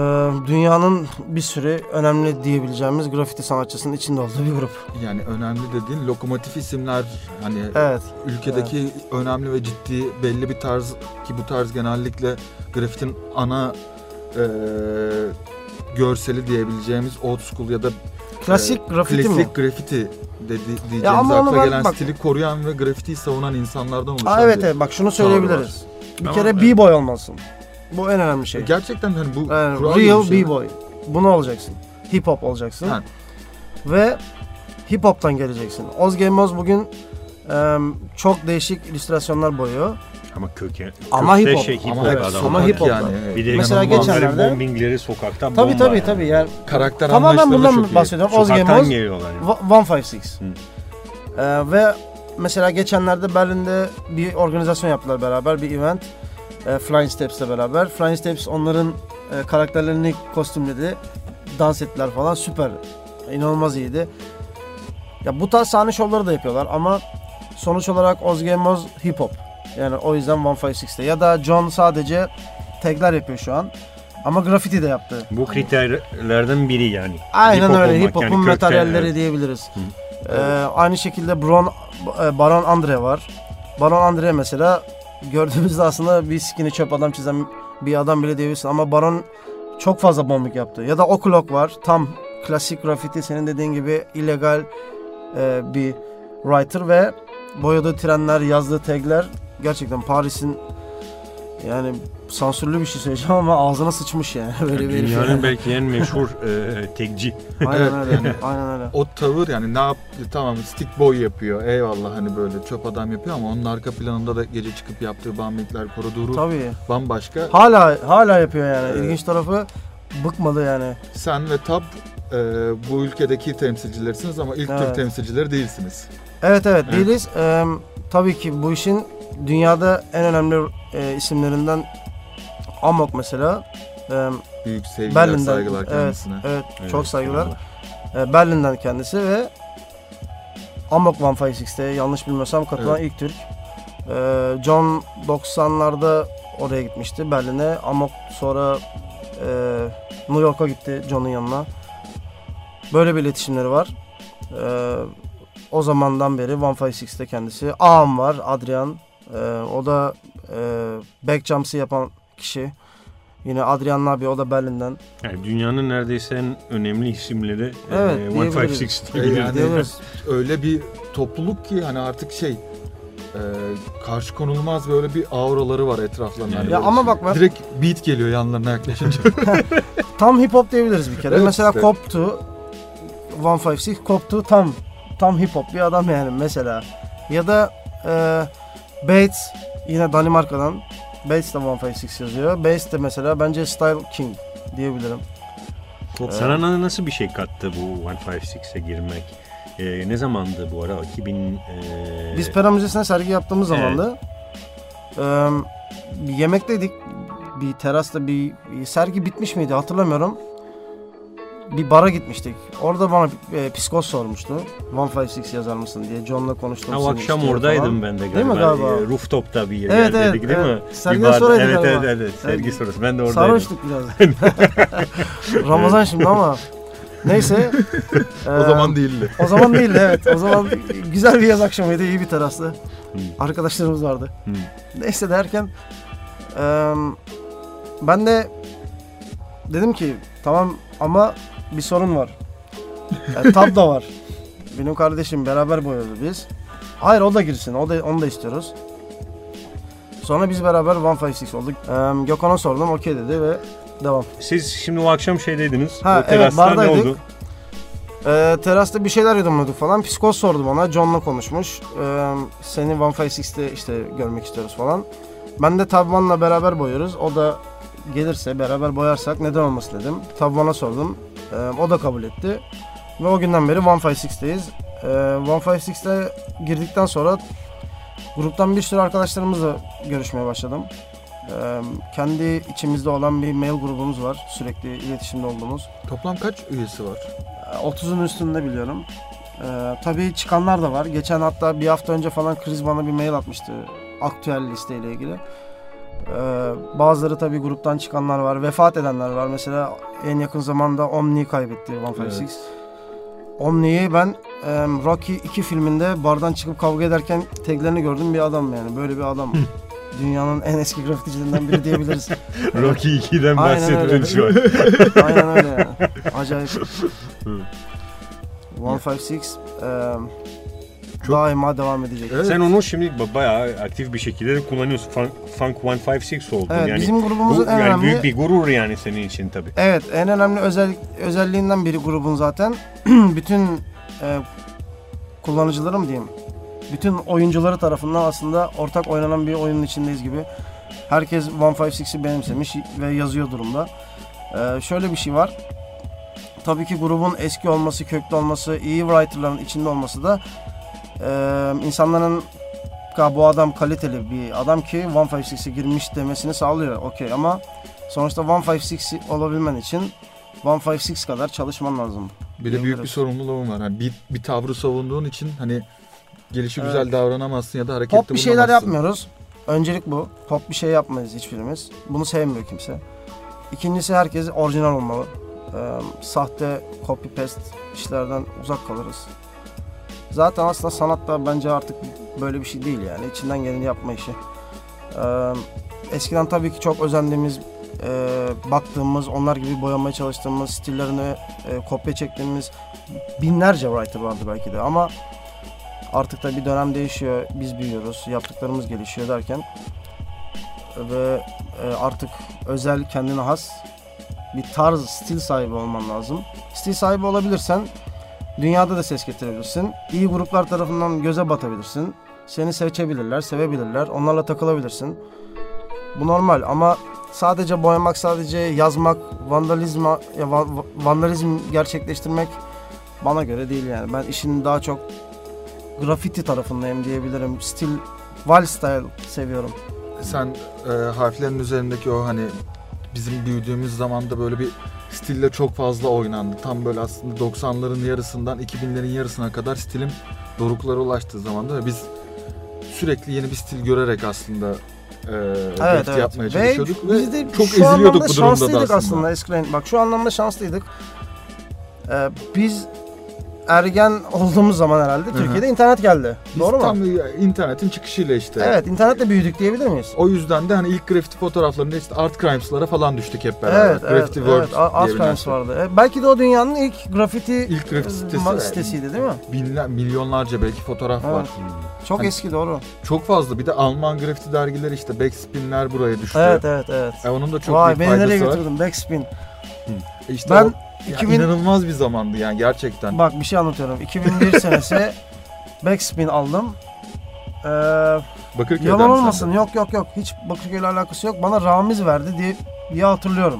Speaker 3: dünyanın bir sürü önemli diyebileceğimiz grafiti sanatçısının içinde olduğu bir grup.
Speaker 2: yani önemli dediğin lokomotif isimler hani
Speaker 3: Evet.
Speaker 2: ülkedeki önemli ve ciddi belli bir tarz ki bu tarz genellikle grafitin ana eee, görseli diyebileceğimiz old school ya da e,
Speaker 3: Klasik grafiti
Speaker 2: klasik
Speaker 3: mi?
Speaker 2: grafiti dedi, diyeceğimiz
Speaker 3: ama onu
Speaker 2: akla
Speaker 3: ben-
Speaker 2: gelen
Speaker 3: bak-
Speaker 2: stili koruyan ve grafitiyi savunan insanlardan oluşan
Speaker 3: Aa, evet
Speaker 2: bir-
Speaker 3: evet bak şunu
Speaker 2: Tavrı var.
Speaker 3: söyleyebiliriz. Bir
Speaker 1: Ama-
Speaker 3: kere b-boy olmalısın. Bu en önemli şey.
Speaker 2: Gerçekten hani bu
Speaker 3: Yani
Speaker 2: kural
Speaker 3: real
Speaker 2: gibi bir şey.
Speaker 3: b-boy. Bunu olacaksın. Hip hop olacaksın.
Speaker 2: Ha.
Speaker 3: Ve hip hop'tan geleceksin. Oz Gamoz bugün e, çok değişik illüstrasyonlar boyuyor.
Speaker 1: Ama köke.
Speaker 3: Ama
Speaker 1: kökte
Speaker 3: hip hop.
Speaker 1: Şey, hip
Speaker 2: Ama
Speaker 1: hop
Speaker 2: evet,
Speaker 1: adam.
Speaker 3: ama
Speaker 2: funk
Speaker 3: hip hop.
Speaker 2: yani. evet.
Speaker 1: Bir de
Speaker 3: Mesela
Speaker 1: Mesela
Speaker 3: geçenlerde-
Speaker 1: bombingleri sokakta bomba.
Speaker 3: Tabii tabii
Speaker 1: yani.
Speaker 3: tabii. Yani
Speaker 2: karakter
Speaker 3: tamamen
Speaker 2: anlayışları
Speaker 3: bundan
Speaker 2: çok iyi.
Speaker 3: bahsediyorum. Oz
Speaker 1: Sokaktan
Speaker 3: Gamoz
Speaker 1: geliyorlar. yani.
Speaker 3: 156.
Speaker 1: Hı.
Speaker 3: E, ve mesela geçenlerde Berlin'de bir organizasyon yaptılar beraber bir event. E, Flying Steps'le beraber. Flying Steps onların e, karakterlerini kostümledi. Dans ettiler falan. Süper. İnanılmaz iyiydi. Ya bu tarz sahne şovları da yapıyorlar ama sonuç olarak Ozge Moz hip hop. Yani o yüzden 156'te. Ya da John sadece tagler yapıyor şu an. Ama grafiti de yaptı.
Speaker 1: Bu kriterlerden biri yani.
Speaker 3: Aynen
Speaker 1: Hip hop
Speaker 3: öyle.
Speaker 1: olmak
Speaker 3: Hip hop'un
Speaker 1: yani kökten,
Speaker 3: materyalleri
Speaker 1: evet.
Speaker 3: diyebiliriz. Ee, aynı şekilde Bron, e, Baron Andre var. Baron Andre mesela gördüğümüzde aslında bir skinny çöp adam çizen bir adam bile diyebilirsin ama Baron çok fazla bombik yaptı. Ya da O'Clock var. Tam klasik grafiti senin dediğin gibi illegal e, bir writer ve boyadığı trenler, yazdığı tagler gerçekten Paris'in yani sansürlü bir şey söyleyeceğim ama ağzına sıçmış yani. Böyle bir şey. herif yani.
Speaker 1: Dünyanın belki en meşhur e, tekci.
Speaker 3: Aynen
Speaker 2: Evet,
Speaker 3: öyle.
Speaker 2: yani.
Speaker 3: Aynen öyle.
Speaker 2: o tavır yani ne yap tamam stick boy yapıyor eyvallah hani böyle çöp adam yapıyor ama onun arka planında da gece çıkıp yaptığı bombingler koridoru
Speaker 3: Tabii.
Speaker 2: bambaşka.
Speaker 3: Hala hala yapıyor yani.
Speaker 2: Evet.
Speaker 3: İlginç tarafı bıkmadı yani.
Speaker 2: Sen ve Tab e, bu ülkedeki temsilcilersiniz ama ilk
Speaker 3: Evet.
Speaker 2: Türk temsilcileri değilsiniz.
Speaker 3: Evet evet
Speaker 2: Evet.
Speaker 3: değiliz. Eee, tabii ki bu işin dünyada en önemli e, isimlerinden Amok mesela. Eee,
Speaker 2: Büyük sevgiler
Speaker 3: Berlin'den.
Speaker 2: saygılar
Speaker 3: Evet.
Speaker 2: kendisine.
Speaker 3: evet, çok
Speaker 1: Evet,
Speaker 3: saygılar. Eee, E, Berlin'den kendisi ve Amok 156'te yanlış bilmiyorsam katılan ilk Türk. Eee, John 90'larda oraya gitmişti Berlin'e. Amok sonra eee, New York'a gitti John'un yanına. Böyle bir iletişimleri var. Eee, o zamandan beri 156'te kendisi. Ağam var Adrian. Eee, o da eee backjumps'ı yapan kişi. Yine Adrian abi o da Berlin'den.
Speaker 1: Yani dünyanın neredeyse en önemli isimleri e,
Speaker 3: Evet,
Speaker 1: evet,
Speaker 3: diyebiliriz.
Speaker 1: 156
Speaker 2: E,
Speaker 1: diyebiliriz.
Speaker 2: yani
Speaker 3: Diyebiliriz.
Speaker 2: öyle bir topluluk ki hani artık şey e, karşı konulmaz böyle bir auraları var etraflarında.
Speaker 1: Ya
Speaker 2: Hani
Speaker 3: Ya
Speaker 2: böyle
Speaker 3: ama bak ben
Speaker 2: Direkt beat geliyor yanlarına yaklaşınca.
Speaker 3: tam hip hop diyebiliriz bir kere.
Speaker 2: Evet
Speaker 3: mesela
Speaker 2: işte.
Speaker 3: Cop2 156 Cop2 tam tam hip hop bir adam yani mesela. Ya da e, Bates yine Danimarka'dan. Bates de 156 yazıyor. Bates de mesela bence Style King diyebilirim. Ee,
Speaker 1: Top sana na- nasıl bir şey kattı bu 156'e girmek? Ee, ne zamandı bu ara? 2000... ee,
Speaker 3: Biz Pera Müzesi'ne sergi yaptığımız
Speaker 1: Evet.
Speaker 3: zaman da e, yemekteydik. Bir terasta bir, bir sergi bitmiş miydi hatırlamıyorum. Bir bara gitmiştik. Orada bana e, psikoz sormuştu. 156 yazar mısın diye. John'la konuştum.
Speaker 1: Ha, o
Speaker 3: seni
Speaker 1: akşam
Speaker 3: istiyor
Speaker 1: oradaydım
Speaker 3: falan.
Speaker 1: ben de galiba.
Speaker 3: Değil mi galiba?
Speaker 1: Ee, Rooftop'ta bir
Speaker 3: Evet,
Speaker 1: yerdeydik
Speaker 3: evet,
Speaker 1: değil mi?
Speaker 3: evet.
Speaker 1: Bir
Speaker 3: Sergiden
Speaker 1: barda-
Speaker 3: sonraydı
Speaker 1: evet,
Speaker 3: galiba.
Speaker 1: Evet evet sergi
Speaker 3: Evet.
Speaker 1: sonrası. Ben de oradaydım.
Speaker 3: Sarhoştuk biraz. Ramazan şimdi ama. Neyse. Ee,
Speaker 2: o zaman değildi.
Speaker 3: O zaman değil evet. O zaman güzel bir yaz akşamıydı. iyi bir terastı.
Speaker 1: Hı.
Speaker 3: Arkadaşlarımız vardı.
Speaker 1: Hı.
Speaker 3: Neyse derken eee, ben de dedim ki tamam ama bir sorun var. E, tab da var. Benim kardeşim beraber boyadı biz. Hayır o da girsin. O da onu da istiyoruz. Sonra biz beraber 156 olduk. Eee Gökhan'a sordum. Okey dedi ve devam.
Speaker 1: Siz şimdi o akşam şeydeydiniz.
Speaker 3: Ha,
Speaker 1: o terasta
Speaker 3: evet,
Speaker 1: ne
Speaker 3: bardaydık.
Speaker 1: oldu?
Speaker 3: Ee, terasta bir şeyler yudumladık falan. Psikoz sordu bana. John'la konuşmuş. Ee, seni One Five Six'te işte görmek istiyoruz falan. Ben de Tabman'la beraber boyuyoruz. O da gelirse beraber boyarsak neden olmasın dedim. Tabman'a sordum. Ee, o da kabul etti. Ve o günden beri One Five Six'teyiz. Ee, One Five Six'te girdikten sonra gruptan bir sürü arkadaşlarımızla görüşmeye başladım. Ee, kendi içimizde olan bir mail grubumuz var. Sürekli iletişimde olduğumuz.
Speaker 2: Toplam kaç üyesi var?
Speaker 3: 30'un Ee, üstünde biliyorum. Ee, tabii çıkanlar da var. Geçen hatta bir hafta önce falan Kriz bana bir mail atmıştı. Aktüel listeyle ilgili. Ee, bazıları tabii gruptan çıkanlar var. Vefat edenler var. Mesela en yakın zamanda Omni'yi kaybetti 156.
Speaker 2: Evet.
Speaker 3: Omni'yi ben e, Rocky 2 filminde bardan çıkıp kavga ederken teklerini gördüm bir adam yani. Böyle bir adam. Dünyanın en eski grafiticilerinden biri diyebiliriz.
Speaker 1: Rocky 2'den
Speaker 3: Aynen öyle.
Speaker 1: bahsediyorum şu an.
Speaker 3: Aynen öyle yani. Acayip.
Speaker 1: Hı.
Speaker 3: 156 eee
Speaker 1: Çok-
Speaker 3: daima devam edecek. Evet,
Speaker 2: Evet.
Speaker 1: Sen onu şimdi ba- bayağı aktif bir şekilde de kullanıyorsun. Funk, Funk 156 oldun yani.
Speaker 3: bizim
Speaker 1: bu,
Speaker 3: grubumuzun en
Speaker 1: yani
Speaker 3: önemli
Speaker 1: büyük bir gurur yani senin için tabii.
Speaker 3: Evet, en önemli özellik özelliğinden biri grubun zaten. bütün eee kullanıcıları mı diyeyim? Bütün oyuncuları tarafından aslında ortak oynanan bir oyunun içindeyiz gibi. Herkes 156'i benimsemiş ve yazıyor durumda. Eee, şöyle bir şey var. Tabii ki grubun eski olması, köklü olması, iyi writerların içinde olması da eee, insanların "Ka- bu adam kaliteli bir adam ki 156'e girmiş demesini sağlıyor. Okey ama sonuçta 156 olabilmen için 156 kadar çalışman lazım.
Speaker 2: Bir de büyük bir
Speaker 3: Bilmiyoruz.
Speaker 2: sorumluluğun var. Hani bir, bir tavrı savunduğun için hani gelişi
Speaker 3: Evet.
Speaker 2: güzel davranamazsın ya da harekette
Speaker 3: Pop bir şeyler
Speaker 2: bulunamazsın.
Speaker 3: yapmıyoruz. Öncelik bu. Pop bir şey yapmayız hiçbirimiz. Bunu sevmiyor kimse. İkincisi herkes orijinal olmalı. Ee, sahte copy paste işlerden uzak kalırız. Zaten aslında sanatta bence artık böyle bir şey değil yani. İçinden geleni yapma işi. Ee, eskiden tabii ki çok özendiğimiz, e, baktığımız, onlar gibi boyamaya çalıştığımız, stillerini e, kopya çektiğimiz binlerce writer vardı belki de ama artık tabii dönem değişiyor, biz büyüyoruz, yaptıklarımız gelişiyor derken ve e, artık özel kendine has bir tarz, stil sahibi olman lazım. Stil sahibi olabilirsen dünyada da ses getirebilirsin. İyi gruplar tarafından göze batabilirsin. Seni seçebilirler, sevebilirler. Onlarla takılabilirsin. Bu normal ama sadece boyamak, sadece yazmak, vandalizma, ya va- vandalizm gerçekleştirmek bana göre değil yani. Ben işin daha çok grafiti tarafındayım diyebilirim. Stil, wild style seviyorum.
Speaker 2: Sen e, harflerin üzerindeki o hani bizim büyüdüğümüz zamanda böyle bir stille çok fazla oynandı. Tam böyle aslında 90'ların yarısından 2000'lerin yarısına kadar stilin doruklara ulaştığı zamanda ve biz sürekli yeni bir stil görerek aslında e,
Speaker 3: Evet,
Speaker 2: draft
Speaker 3: evet.
Speaker 2: yapmaya
Speaker 3: Ve
Speaker 2: çalışıyorduk ve,
Speaker 3: biz de
Speaker 2: çok
Speaker 3: şu
Speaker 2: eziliyorduk
Speaker 3: anlamda
Speaker 2: bu durumda da
Speaker 3: şanslıydık
Speaker 2: aslında.
Speaker 3: aslında. Eskiden bak şu anlamda şanslıydık. Ee, biz ergen olduğumuz zaman herhalde Türkiye'de internet geldi.
Speaker 2: Biz
Speaker 3: Doğru mu?
Speaker 2: tam internetin çıkışıyla işte.
Speaker 3: Evet internetle büyüdük diyebilir miyiz?
Speaker 2: O yüzden de hani ilk graffiti fotoğraflarında işte Art Crimes'lara falan düştük hep beraber.
Speaker 3: Evet, evet,
Speaker 2: graffiti World
Speaker 3: evet. A- Az
Speaker 2: diye bir
Speaker 3: Crimes vardı. E, belki de o dünyanın ilk grafiti
Speaker 2: İlk grafiti sitesi.
Speaker 3: ma- sitesiydi değil mi?
Speaker 2: Binler, milyonlarca belki fotoğraf
Speaker 3: Evet.
Speaker 2: var.
Speaker 3: Çok
Speaker 2: Hani-
Speaker 3: eski doğru.
Speaker 2: Çok fazla. Bir de Alman grafiti dergileri işte Backspin'ler buraya düştü.
Speaker 3: Evet evet evet.
Speaker 2: E onun da çok
Speaker 3: Vay
Speaker 2: büyük
Speaker 3: beni nereye
Speaker 2: faydası var.
Speaker 3: götürdün? Backspin.
Speaker 2: İşte
Speaker 3: Ben
Speaker 2: o- ya
Speaker 3: 2000
Speaker 2: inanılmaz bir zamandı yani gerçekten.
Speaker 3: Bak bir şey anlatıyorum. 2001 senesi Backspin aldım. Ee,
Speaker 2: Bakırköy'den
Speaker 3: yalan
Speaker 2: sen de.
Speaker 3: olmasın. Yok yok yok. Hiç Bakırköy'le alakası yok. Bana Ramiz verdi diye, diye hatırlıyorum.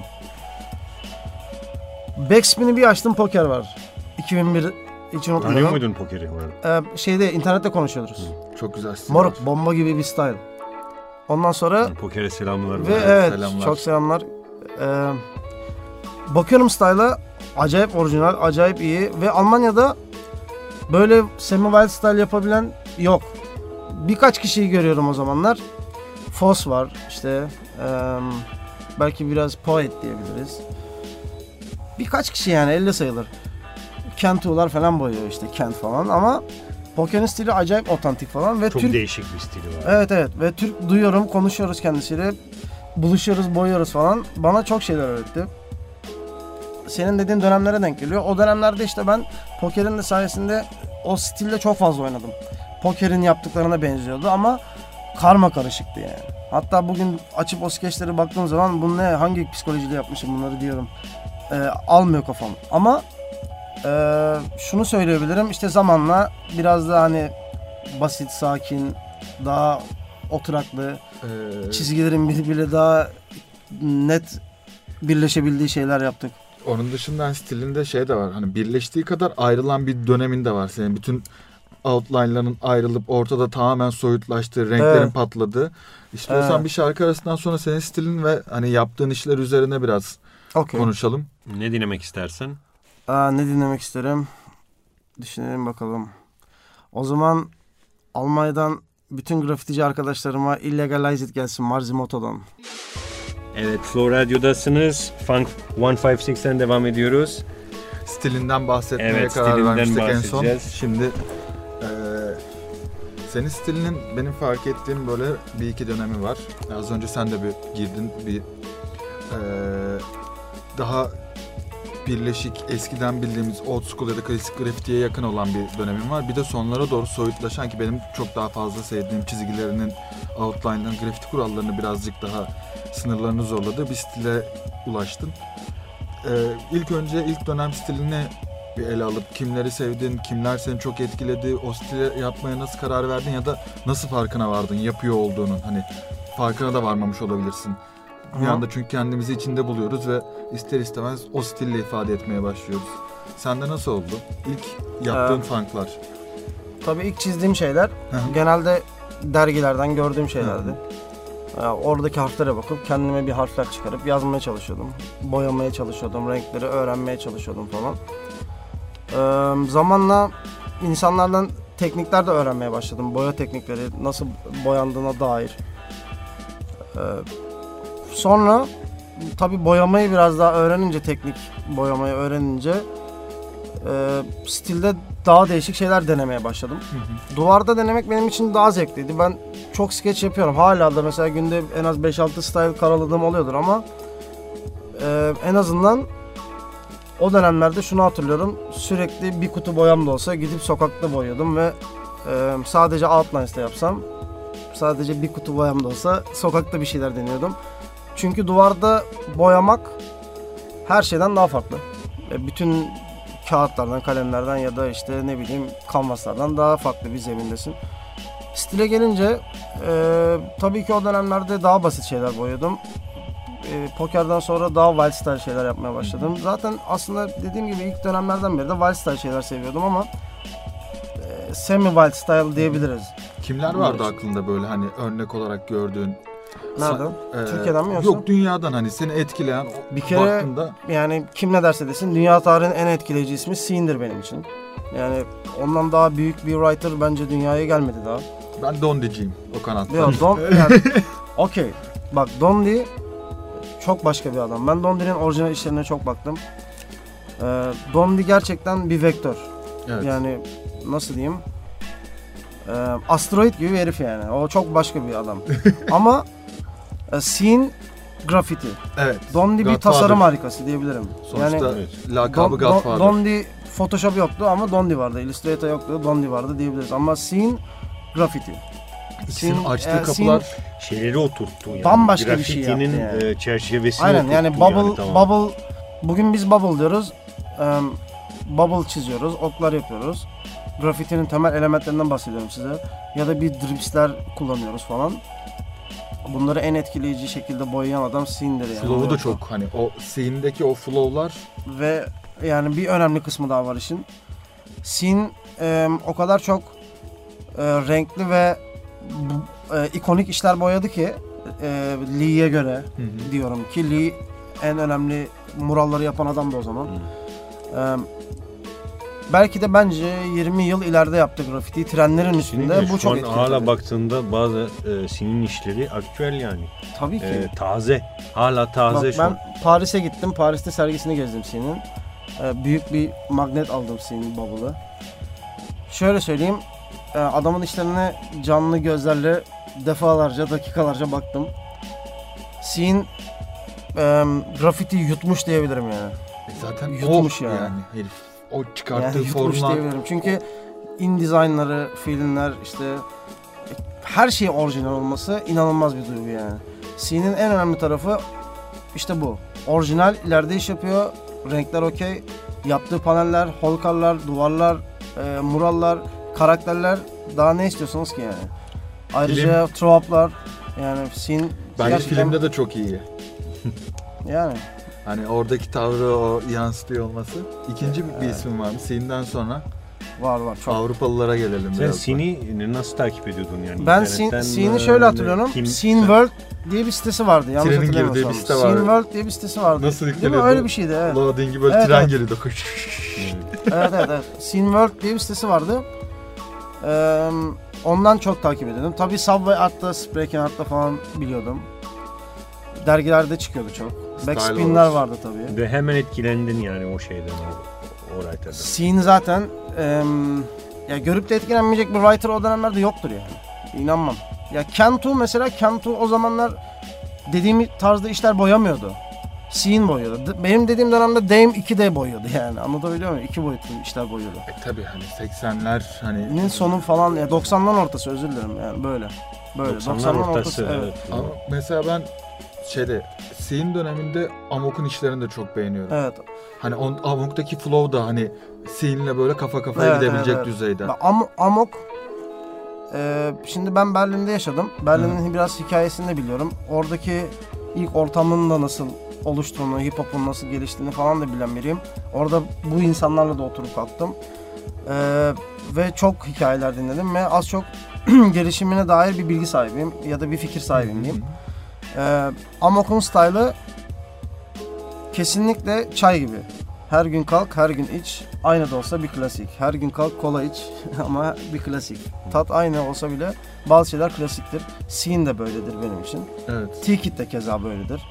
Speaker 3: Backspin'i bir açtım poker var. 2001 için
Speaker 1: Tanıyor
Speaker 3: unutmuyorum.
Speaker 1: muydun pokeri? bu arada?
Speaker 3: Ee, şeyde internette konuşuyoruz.
Speaker 2: Çok güzel stil var.
Speaker 3: Moruk bomba gibi bir style. Ondan sonra
Speaker 1: Yani Pokere selamlar.
Speaker 3: Ve
Speaker 1: var.
Speaker 3: evet
Speaker 2: selamlar.
Speaker 3: çok selamlar. Ee, bakıyorum style'a acayip orijinal, acayip iyi ve Almanya'da böyle semi wild style yapabilen yok. Birkaç kişiyi görüyorum o zamanlar. Foss var işte ee, belki biraz poet diyebiliriz. Birkaç kişi yani elle sayılır. Kentu'lar falan boyuyor işte Kent falan ama Poker'in stili acayip otantik falan ve
Speaker 1: Çok
Speaker 3: Türk
Speaker 1: değişik bir stili var.
Speaker 3: Evet evet ve Türk duyuyorum konuşuyoruz kendisiyle buluşuyoruz boyuyoruz falan bana çok şeyler öğretti. Senin dediğin dönemlere denk geliyor. O dönemlerde işte ben pokerin de sayesinde o stille çok fazla oynadım. Pokerin yaptıklarına benziyordu ama karma karışıktı yani. Hatta bugün açıp o skeçlere baktığım zaman bunu ne hangi psikolojiyle yapmışım bunları diyorum. Ee, almıyor kafam. Ama ee, şunu söyleyebilirim işte zamanla biraz daha hani basit, sakin, daha oturaklı,
Speaker 2: Ee,
Speaker 3: çizgilerin birbiriyle daha net birleşebildiği şeyler yaptık.
Speaker 2: Onun dışında hani stilinde şey de var. Hani birleştiği kadar ayrılan bir dönemin de var senin. Bütün outline'ların ayrılıp ortada tamamen soyutlaştığı, renklerin
Speaker 3: Evet.
Speaker 2: patladığı. İstiyorsan
Speaker 3: Evet.
Speaker 2: bir şarkı arasından sonra senin stilin ve hani yaptığın işler üzerine biraz
Speaker 3: Okey.
Speaker 2: konuşalım.
Speaker 1: Ne dinlemek istersen?
Speaker 3: Aa, ne dinlemek isterim? Düşünelim bakalım. O zaman Almanya'dan bütün grafitici arkadaşlarıma Illegalize It gelsin Marzimoto'dan.
Speaker 1: Evet Flow Radyo'dasınız. Funk 156'den devam ediyoruz.
Speaker 2: Stilinden bahsetmeye
Speaker 1: Evet,
Speaker 2: karar
Speaker 1: stilinden
Speaker 2: vermiştik en son.
Speaker 1: bahsedeceğiz.
Speaker 2: Şimdi eee, senin stilinin benim fark ettiğim böyle bir iki dönemi var. Az önce sen de bir girdin bir eee, daha birleşik eskiden bildiğimiz old school ya da klasik grafitiye yakın olan bir dönemim var. Bir de sonlara doğru soyutlaşan ki benim çok daha fazla sevdiğim çizgilerinin outline'ların grafiti kurallarını birazcık daha sınırlarını zorladığı bir stile ulaştın. Ee, ilk önce ilk dönem stilini bir ele alıp kimleri sevdin, kimler seni çok etkiledi, o stili yapmaya nasıl karar verdin ya da nasıl farkına vardın yapıyor olduğunun hani farkına da varmamış olabilirsin. Bir
Speaker 3: Aha.
Speaker 2: anda çünkü kendimizi içinde buluyoruz ve ister istemez o stille ifade etmeye başlıyoruz. Sende nasıl oldu? İlk yaptığın
Speaker 3: Ee,
Speaker 2: funklar.
Speaker 3: Tabii ilk çizdiğim şeyler
Speaker 2: Hı hı.
Speaker 3: genelde dergilerden gördüğüm
Speaker 2: Hı
Speaker 3: şeylerdi. Ee, Oradaki harflere bakıp kendime bir harfler çıkarıp yazmaya çalışıyordum. Boyamaya çalışıyordum, renkleri öğrenmeye çalışıyordum falan. Ee, zamanla insanlardan teknikler de öğrenmeye başladım. Boya teknikleri, nasıl boyandığına dair. Ee, sonra tabii boyamayı biraz daha öğrenince, teknik boyamayı öğrenince e, stilde daha değişik şeyler denemeye başladım. Duvarda denemek benim için daha zevkliydi. Ben çok skeç yapıyorum. Hala da mesela günde en az 5-6 style karaladığım oluyordur ama e, en azından o dönemlerde şunu hatırlıyorum. Sürekli bir kutu boyam da olsa gidip sokakta boyuyordum ve e, sadece outlines'te yapsam sadece bir kutu boyam da olsa sokakta bir şeyler deniyordum. Çünkü duvarda boyamak her şeyden daha farklı. E, bütün kağıtlardan, kalemlerden ya da işte ne bileyim kanvaslardan daha farklı bir zemindesin. Stile gelince e, tabii ki o dönemlerde daha basit şeyler boyuyordum. E, pokerden sonra daha wild style şeyler yapmaya başladım. Zaten aslında dediğim gibi ilk dönemlerden beri de wild style şeyler seviyordum ama e, semi wild style diyebiliriz.
Speaker 2: Kimler vardı aklında böyle hani örnek olarak gördüğün?
Speaker 3: Nereden?
Speaker 2: Ee,
Speaker 3: Türkiye'den mi yoksa?
Speaker 2: Yok dünyadan hani seni etkileyen
Speaker 3: Bir
Speaker 2: bir
Speaker 3: kere-
Speaker 2: kere baktığında
Speaker 3: Yani kim ne derse desin dünya tarihinin en etkileyici ismi Sin'dir benim için. Yani ondan daha büyük bir writer bence dünyaya gelmedi daha.
Speaker 2: ben Dondiciyim o kanatta.
Speaker 3: Ya Don yani, okey. Bak Dondi çok başka bir adam. Ben Dondi'nin orijinal işlerine çok baktım. Ee, Dondi gerçekten bir vektör.
Speaker 2: Evet.
Speaker 3: Yani nasıl diyeyim? Ee, asteroid gibi bir herif yani. O çok başka bir adam. Ama e, scene graffiti.
Speaker 2: evet.
Speaker 3: Dondi bir
Speaker 2: Godfather.
Speaker 3: tasarım harikası diyebilirim.
Speaker 2: Sonuçta
Speaker 3: yani
Speaker 1: Evet.
Speaker 2: lakabı
Speaker 3: Don- Don-
Speaker 2: Godfather.
Speaker 3: Dondi Photoshop yoktu ama Dondi vardı. Illustrator yoktu, Dondi vardı diyebiliriz. Ama scene graffiti.
Speaker 2: İkisinin
Speaker 3: Sin-
Speaker 2: açtığı
Speaker 3: e,
Speaker 2: kapılar
Speaker 1: Şeyleri oturttu yani.
Speaker 3: Bambaşka bir şey yaptı
Speaker 1: Grafitinin
Speaker 3: yani.
Speaker 1: e, çerçevesini
Speaker 3: Aynen
Speaker 1: oturttu
Speaker 3: yani bubble
Speaker 1: tamam.
Speaker 3: bubble bugün biz bubble diyoruz. Eee, bubble çiziyoruz, oklar yapıyoruz. Grafitinin temel elementlerinden bahsediyorum size. Ya da bir dripsler kullanıyoruz falan. Bunları en etkileyici şekilde boyayan adam Sindir yani.
Speaker 2: flow'u da çok hani o scene'deki o flow'lar
Speaker 3: Ve yani bir önemli kısmı daha var işin. Sin eee, o kadar çok eee, renkli ve bu- eee, ikonik işler boyadı ki eee Lee'ye göre, diyorum ki Lee en önemli muralları yapan adam da o zaman. Ee, belki de bence 20 yıl ileride yaptı grafiti trenlerin üstünde
Speaker 1: Kesinlikle.
Speaker 3: bu
Speaker 1: Şu
Speaker 3: çok
Speaker 1: an
Speaker 3: etkili.
Speaker 1: hala
Speaker 3: tabii.
Speaker 1: baktığında bazı e, sinin işleri aktüel yani.
Speaker 3: Tabii ki.
Speaker 1: E, taze. Hala
Speaker 3: Bak,
Speaker 1: taze şu an.
Speaker 3: ben Paris'e gittim. Paris'te sergisini gezdim senin. Ee, büyük bir magnet aldım senin babalı. Şöyle söyleyeyim. e, adamın işlerine canlı gözlerle defalarca, dakikalarca baktım. Sin grafiti yutmuş diyebilirim yani.
Speaker 2: e, zaten
Speaker 3: Yutmuş
Speaker 2: o
Speaker 3: yani.
Speaker 2: herif. O çıkarttığı
Speaker 3: Yani yutmuş
Speaker 2: formlar.
Speaker 3: diyebilirim. şey Çünkü in dizaynları, filmler işte her şey orijinal olması inanılmaz bir duygu yani. C'nin en önemli tarafı işte bu. Orijinal ileride iş yapıyor. Renkler okey. Yaptığı paneller, holkarlar, duvarlar, e, murallar, karakterler daha ne istiyorsunuz ki yani. Ayrıca throw-up'lar yani Sin
Speaker 2: Bence
Speaker 3: gerçekten-
Speaker 2: filmde de çok iyi.
Speaker 3: yani
Speaker 2: Hani oradaki tavrı o yansıtıyor olması. İkinci bir isim var mı? Sin'den sonra
Speaker 3: var var çok.
Speaker 2: Avrupalılara gelelim
Speaker 1: Sen
Speaker 2: biraz. da.
Speaker 1: Sin'i nasıl takip ediyordun yani?
Speaker 3: Ben
Speaker 1: İnternetten,
Speaker 3: Sin- Sin'i
Speaker 1: e,
Speaker 3: şöyle hatırlıyorum.
Speaker 1: kim-
Speaker 3: Sin World diye bir sitesi vardı. Yanlış
Speaker 2: Trenin
Speaker 3: hatırlamıyorsam.
Speaker 2: girdiği bir site
Speaker 3: Sin
Speaker 2: vardı.
Speaker 3: World diye bir sitesi vardı.
Speaker 2: Nasıl
Speaker 3: Değil mi?
Speaker 2: yükleniyordu?
Speaker 3: Öyle bir şeydi. Evet.
Speaker 2: Loading'i böyle
Speaker 3: Evet,
Speaker 2: tren
Speaker 3: evet.
Speaker 2: geliyordu.
Speaker 3: evet evet. evet. Sin World diye bir sitesi vardı. Ee, ondan çok takip ediyordum. Tabii Subway Art'ta, Spreken Art'ta falan biliyordum. Dergilerde çıkıyordu çok.
Speaker 2: Style
Speaker 3: Backspin'ler
Speaker 2: Wars.
Speaker 3: vardı tabii.
Speaker 1: Ve hemen etkilendin yani o şeyden, o, o writer'dan.
Speaker 3: Sin zaten e, ya görüp de etkilenmeyecek bir writer o dönemlerde yoktur yani. İnanmam. Ya Kentu mesela Kentu o zamanlar dediğim tarzda işler boyamıyordu. Sin boyuyordu. D- Benim dediğim dönemde Dame 2D boyuyordu yani. Anlatabiliyor muyum? 2 boyutlu işler boyuyordu.
Speaker 2: E tabi hani 80'ler hani
Speaker 3: Nin sonu falan ya 90'ların ortası özür dilerim yani böyle. Böyle
Speaker 1: 90'lar
Speaker 3: 90'ların
Speaker 1: ortası.
Speaker 3: evet.
Speaker 1: evet.
Speaker 2: ama mesela ben şeyde Sin döneminde Amok'un işlerini de çok beğeniyorum.
Speaker 3: Evet.
Speaker 2: Hani on, Amok'taki flow da hani Sin'le böyle kafa kafaya
Speaker 3: Evet,
Speaker 2: gidebilecek
Speaker 3: evet, evet.
Speaker 2: düzeyde.
Speaker 3: Bak, Am- Amok e, şimdi ben Berlin'de yaşadım. Berlin'in biraz hikayesini de biliyorum. Oradaki ilk ortamın da nasıl oluştuğunu, hip hop'un nasıl geliştiğini falan da bilen biriyim. Orada bu insanlarla da oturup kalktım. E, ve çok hikayeler dinledim ve az çok gelişimine dair bir bilgi sahibiyim ya da bir fikir sahibiyim diyeyim. Ee, Amok'un style'ı kesinlikle çay gibi. Her gün kalk, her gün iç. Aynı da olsa bir klasik. Her gün kalk, kola iç ama bir klasik. Tat aynı olsa bile bazı şeyler klasiktir. Sin de böyledir benim için.
Speaker 2: Evet.
Speaker 3: T-Kit de keza böyledir.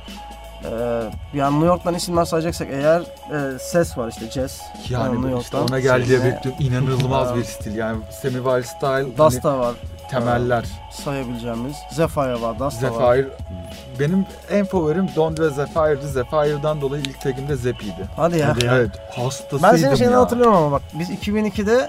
Speaker 3: Ee, yani New York'tan isimler sayacaksak eğer e, ses var işte jazz. Ee,
Speaker 2: Yani
Speaker 3: New
Speaker 2: bu işte
Speaker 3: York'tan. Ee,
Speaker 2: ona geldiği
Speaker 3: Sesine-
Speaker 2: bir inanılmaz bir stil. Yani Semival style, hani
Speaker 3: Dasta var
Speaker 2: temeller.
Speaker 3: sayabileceğimiz. Zefaya var, Dasta var.
Speaker 2: Zephyr. Benim en favorim Don ve Zephyr'di. Zephyr'dan dolayı ilk tagim de Zepi'ydi.
Speaker 3: Hadi ya.
Speaker 2: Evet. Hastasıydım
Speaker 3: Ben senin şeyini
Speaker 2: ya.
Speaker 3: hatırlıyorum ama bak biz 2002'de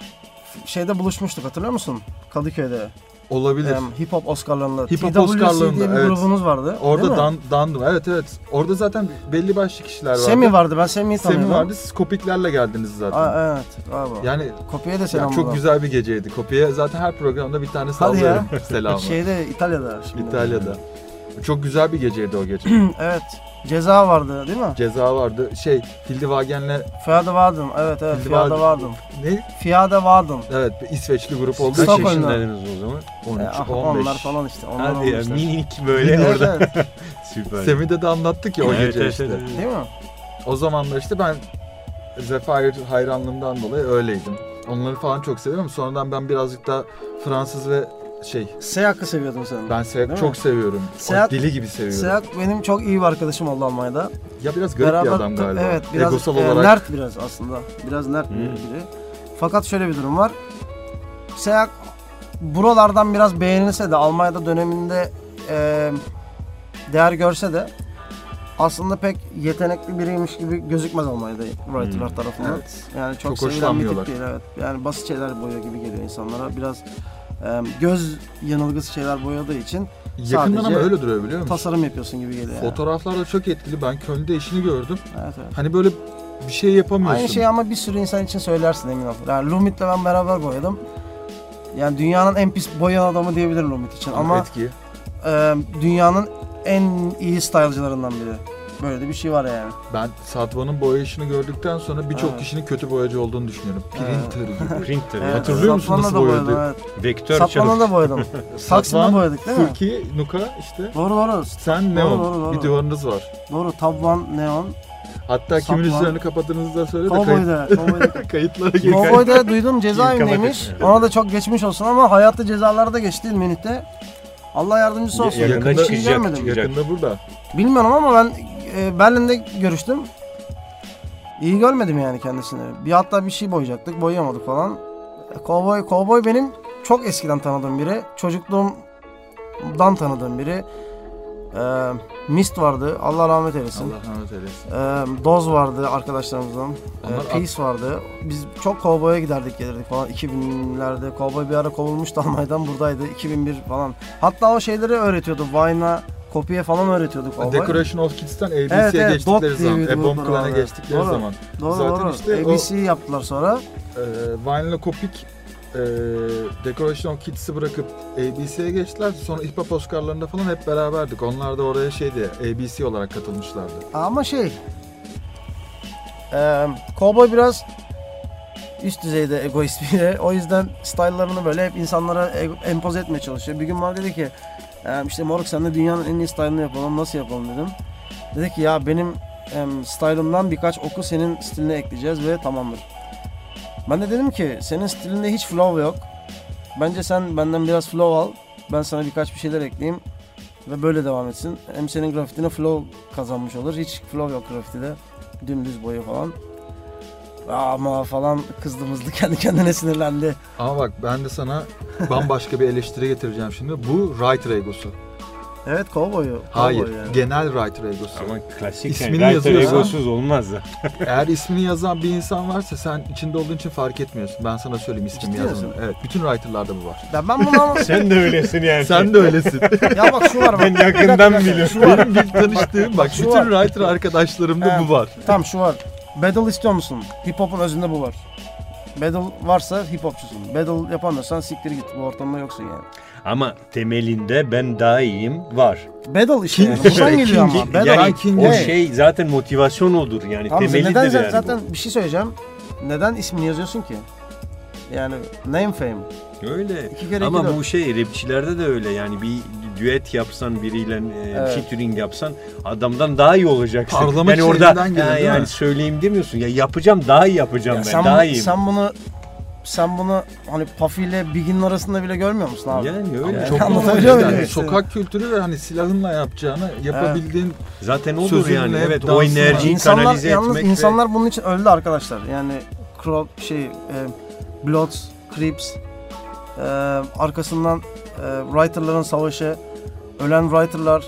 Speaker 3: şeyde buluşmuştuk hatırlıyor musun? Kadıköy'de.
Speaker 2: Olabilir.
Speaker 3: Em, hip Hop Oscar'larında.
Speaker 2: Hip Hop
Speaker 3: TWC
Speaker 2: Oscar'larında,
Speaker 3: diye bir
Speaker 2: evet.
Speaker 3: grubunuz vardı. değil mi?
Speaker 2: Orada dan, dandım. Evet evet. Orada zaten belli başlı kişiler vardı.
Speaker 3: Semi vardı. Ben Semi'yi tanıyordum.
Speaker 2: Semi vardı. Siz kopiklerle geldiniz zaten.
Speaker 3: Aa, evet. Bravo.
Speaker 2: Yani
Speaker 3: Kopya'ya da
Speaker 2: ya
Speaker 3: selam
Speaker 2: çok
Speaker 3: buradan.
Speaker 2: güzel bir geceydi. Kopya zaten her programda bir tane sallıyorum selamı.
Speaker 3: Şeyde İtalya'da şimdi.
Speaker 2: İtalya'da. Çok güzel bir geceydi o gece.
Speaker 3: Evet. Ceza vardı değil mi?
Speaker 2: Ceza vardı. Şey, Hildi Wagen'le
Speaker 3: Fiyada vardım. Evet evet.
Speaker 2: Hildi
Speaker 3: Fiyada
Speaker 2: Wagen-
Speaker 3: vardım.
Speaker 2: ne?
Speaker 3: Fiyada vardım.
Speaker 2: Evet, bir İsveçli grup olduğu
Speaker 1: Kaç
Speaker 2: için
Speaker 3: Stockholm'da.
Speaker 1: yaşındaydınız o zaman?
Speaker 2: 13,
Speaker 3: E, ah,
Speaker 2: 15.
Speaker 3: Onlar falan işte. Onlar
Speaker 1: Hadi ya
Speaker 3: olmuşlar.
Speaker 1: minik böyle
Speaker 3: Evet,
Speaker 1: orada.
Speaker 3: evet.
Speaker 1: Süper.
Speaker 2: Semide de anlattık ya o
Speaker 1: Evet,
Speaker 2: gece
Speaker 1: evet,
Speaker 2: işte.
Speaker 1: evet.
Speaker 3: Değil mi?
Speaker 2: O zamanlar işte ben Zephyr hayranlığımdan dolayı öyleydim. Onları falan çok seviyorum. Sonradan ben birazcık daha Fransız ve şey
Speaker 3: Seyak'ı seviyordun sen.
Speaker 2: ben Seyahat
Speaker 3: Değil
Speaker 2: çok
Speaker 3: mi?
Speaker 2: seviyorum.
Speaker 3: Seyahat-
Speaker 2: o dili gibi seviyorum.
Speaker 3: Seyak benim çok iyi bir arkadaşım oldu Almanya'da.
Speaker 2: ya biraz garip bir adam galiba.
Speaker 3: Evet biraz
Speaker 2: Egosal
Speaker 3: e,
Speaker 2: olarak
Speaker 3: nert biraz aslında. Biraz nert bir biri. Fakat şöyle bir durum var. Seyak buralardan biraz beğenilse de Almanya'da döneminde eee, değer görse de aslında pek yetenekli biriymiş gibi gözükmez Almanya'da writerlar tarafından.
Speaker 2: Evet.
Speaker 3: Yani çok,
Speaker 2: Çok
Speaker 3: sevilen bir tip
Speaker 2: hoşlanmıyorlar.
Speaker 3: değil evet. Yani basit şeyler boyuyor gibi geliyor insanlara. Biraz eee, göz yanılgısı şeyler boyadığı için
Speaker 2: Yakından ama
Speaker 3: Sadece
Speaker 2: öyle duruyor biliyor musun?
Speaker 3: tasarım yapıyorsun gibi geliyor. yani.
Speaker 2: Fotoğraflarda çok etkili. Ben Köln'de eşini gördüm.
Speaker 3: Evet, evet.
Speaker 2: Hani böyle bir şey yapamıyorsun.
Speaker 3: Aynı şeyi ama bir sürü insan için söylersin emin ol. Yani Lumit'le ben beraber boyadım. Yani dünyanın en pis boyayan adamı diyebilirim Lumit için ama
Speaker 2: etki.
Speaker 3: e, dünyanın en iyi stylecılarından biri. Böyle de bir şey var yani.
Speaker 2: Ben Satvan'ın boyayışını gördükten sonra birçok
Speaker 3: Evet.
Speaker 2: kişinin kötü boyacı olduğunu düşünüyorum. Printer gibi.
Speaker 1: Printer.
Speaker 3: Evet,
Speaker 1: Hatırlıyor
Speaker 2: Hatırlıyor musun
Speaker 3: Satman'la
Speaker 2: nasıl
Speaker 3: da boyadım,
Speaker 2: boyadı?
Speaker 3: evet.
Speaker 1: Vektör
Speaker 3: Satman'la da boyadım. Taksim'de boyadık değil mi?
Speaker 2: Fırki, Nuka işte.
Speaker 3: Doğru doğru.
Speaker 2: Sen
Speaker 3: Doğru,
Speaker 2: neon.
Speaker 3: doğru, doğru.
Speaker 2: Bir duvarınız var.
Speaker 3: Doğru. Tabvan, Neon.
Speaker 2: Hatta kimin
Speaker 3: Satvan.
Speaker 2: üzerini kapadığınızı da söyle de kayıt,
Speaker 3: Cowboy'da. Cowboy'da.
Speaker 2: kayıtlara gir.
Speaker 3: Cowboy'da duydum cezaevindeymiş.
Speaker 1: kapatır. Evet.
Speaker 3: Ona da çok geçmiş olsun ama hayatta cezalarda geçti Münih'te. Allah yardımcısı olsun. şey
Speaker 1: Yakında
Speaker 3: Ben hiç
Speaker 1: çıkacak,
Speaker 3: ilgilenmedim.
Speaker 1: çıkacak.
Speaker 2: Yakında burada.
Speaker 3: Bilmiyorum ama ben e, Berlin'de görüştüm. İyi görmedim yani kendisini. Bir hatta bir şey boyayacaktık, boyayamadık falan. E, Kovboy, kovboy benim çok eskiden tanıdığım biri. Çocukluğumdan tanıdığım biri. E, Mist vardı, Allah rahmet eylesin.
Speaker 2: Allah rahmet eylesin.
Speaker 3: E, Doz vardı arkadaşlarımızdan. E,
Speaker 2: Onlar
Speaker 3: Peace vardı. Biz çok kovboya giderdik gelirdik falan. 2000'lerde kovboy bir ara kovulmuştu Almanya'dan buradaydı. 2001 falan. Hatta o şeyleri öğretiyordu. Vine'a, Kopi'ye falan öğretiyordu
Speaker 2: A-
Speaker 3: kovboy.
Speaker 2: Decoration of Kids'ten ABC'ye
Speaker 3: Evet, evet,
Speaker 2: geçtikleri
Speaker 3: Dot
Speaker 2: zaman,
Speaker 3: TV
Speaker 2: E Bomb
Speaker 3: doğru,
Speaker 2: Clan'a
Speaker 3: doğru.
Speaker 2: geçtikleri
Speaker 3: Doğru.
Speaker 2: zaman.
Speaker 3: Doğru
Speaker 2: Zaten
Speaker 3: doğru.
Speaker 2: işte o-
Speaker 3: ABC'yi yaptılar sonra.
Speaker 2: e, Vinyl Kopik e, Decoration of Kids'i bırakıp ABC'ye geçtiler. Sonra hip hop Oscar'larında falan hep beraberdik. Onlar da oraya şey şeydi, ABC olarak katılmışlardı.
Speaker 3: Ama şey... E, Cowboy biraz üst düzeyde egoist biri. O yüzden style'larını böyle hep insanlara ego- empoze etmeye çalışıyor. Bir gün bana dedi ki e, işte Moruk sen de dünyanın en iyi style'ını yapalım nasıl yapalım dedim. Dedi ki ya benim em, style'ımdan birkaç oku senin stiline ekleyeceğiz ve tamamdır. Ben de dedim ki senin stilinde hiç flow yok. Bence sen benden biraz flow al. Ben sana birkaç bir şeyler ekleyeyim. Ve böyle devam etsin. Hem senin grafitine flow kazanmış olur. Hiç flow yok grafitide. Dümdüz boyu falan. Ama falan kızdı mızdı kendi kendine sinirlendi.
Speaker 2: Ama bak ben de sana bambaşka bir eleştiri getireceğim şimdi. Bu writer egosu.
Speaker 3: Evet kovboyu.
Speaker 2: Hayır,
Speaker 3: kovboy yani.
Speaker 2: genel writer egosu.
Speaker 1: Ama klasik
Speaker 2: İsmini
Speaker 1: yani writer
Speaker 2: yazıyorsan-
Speaker 1: egosuz olmaz da.
Speaker 2: Eğer ismini yazan bir insan varsa sen içinde olduğun için fark etmiyorsun. Ben sana söyleyeyim ismini
Speaker 3: Ciddi
Speaker 2: yazan. Evet, bütün writerlarda bu var.
Speaker 3: Ya ben bunu ama...
Speaker 1: Sen de öylesin yani.
Speaker 2: Sen de öylesin.
Speaker 3: ya bak şu var bak.
Speaker 1: Ben yakından biliyorum.
Speaker 2: Benim bir tanıştığım bak
Speaker 3: şu
Speaker 2: bütün
Speaker 3: var.
Speaker 2: writer arkadaşlarımda
Speaker 3: Evet.
Speaker 2: bu var.
Speaker 3: Tamam şu var. Battle istiyor musun? Hip hop'un özünde bu var. Battle varsa hip hopçusun. Battle yapamıyorsan siktir git. Bu ortamda yoksun yani.
Speaker 1: Ama temelinde ben daha iyiyim var.
Speaker 3: Battle işte.
Speaker 2: King
Speaker 3: yani. Buradan
Speaker 2: işte,
Speaker 3: geliyor ama.
Speaker 2: King-
Speaker 3: Battle.
Speaker 1: yani
Speaker 2: King
Speaker 1: o
Speaker 2: Ray.
Speaker 1: şey zaten motivasyon odur yani
Speaker 3: Tamam,
Speaker 1: temelidir
Speaker 3: neden
Speaker 1: yani bu.
Speaker 3: zaten bir şey söyleyeceğim. Neden ismini yazıyorsun ki? Yani name fame.
Speaker 1: Öyle.
Speaker 3: İki kere iki
Speaker 1: Ama
Speaker 3: dört.
Speaker 1: bu şey rapçilerde de öyle yani bir düet yapsan biriyle e,
Speaker 3: Evet.
Speaker 1: featuring yapsan adamdan daha iyi olacaksın.
Speaker 2: Parlama
Speaker 1: yani orada
Speaker 2: şeyinden geliyor,
Speaker 1: "Ha,
Speaker 2: değil
Speaker 1: yani
Speaker 2: mi?"
Speaker 1: söyleyeyim demiyorsun. Ya yapacağım daha iyi yapacağım
Speaker 3: Ya
Speaker 1: ben.
Speaker 3: sen,
Speaker 1: daha
Speaker 3: bu-
Speaker 1: iyiyim.
Speaker 3: sen bunu sen bunu hani Puffy ile Bigin'in arasında bile görmüyor musun abi?
Speaker 1: yani öyle.
Speaker 2: Çok
Speaker 3: Anlatabiliyor
Speaker 2: normal.
Speaker 3: muyum?
Speaker 2: Yani sokak kültürü ve hani silahınla yapacağını yapabildiğin
Speaker 1: Zaten odur
Speaker 2: Sözünle,
Speaker 1: yani. Evet o
Speaker 2: dansınla.
Speaker 1: enerjiyi
Speaker 3: insanlar
Speaker 1: kanalize
Speaker 3: yalnız
Speaker 1: etmek. ve-
Speaker 3: insanlar bunun için öldü arkadaşlar. Yani Crop şey e, Bloods, Crips e, arkasından e, writerların savaşı, ölen writerlar,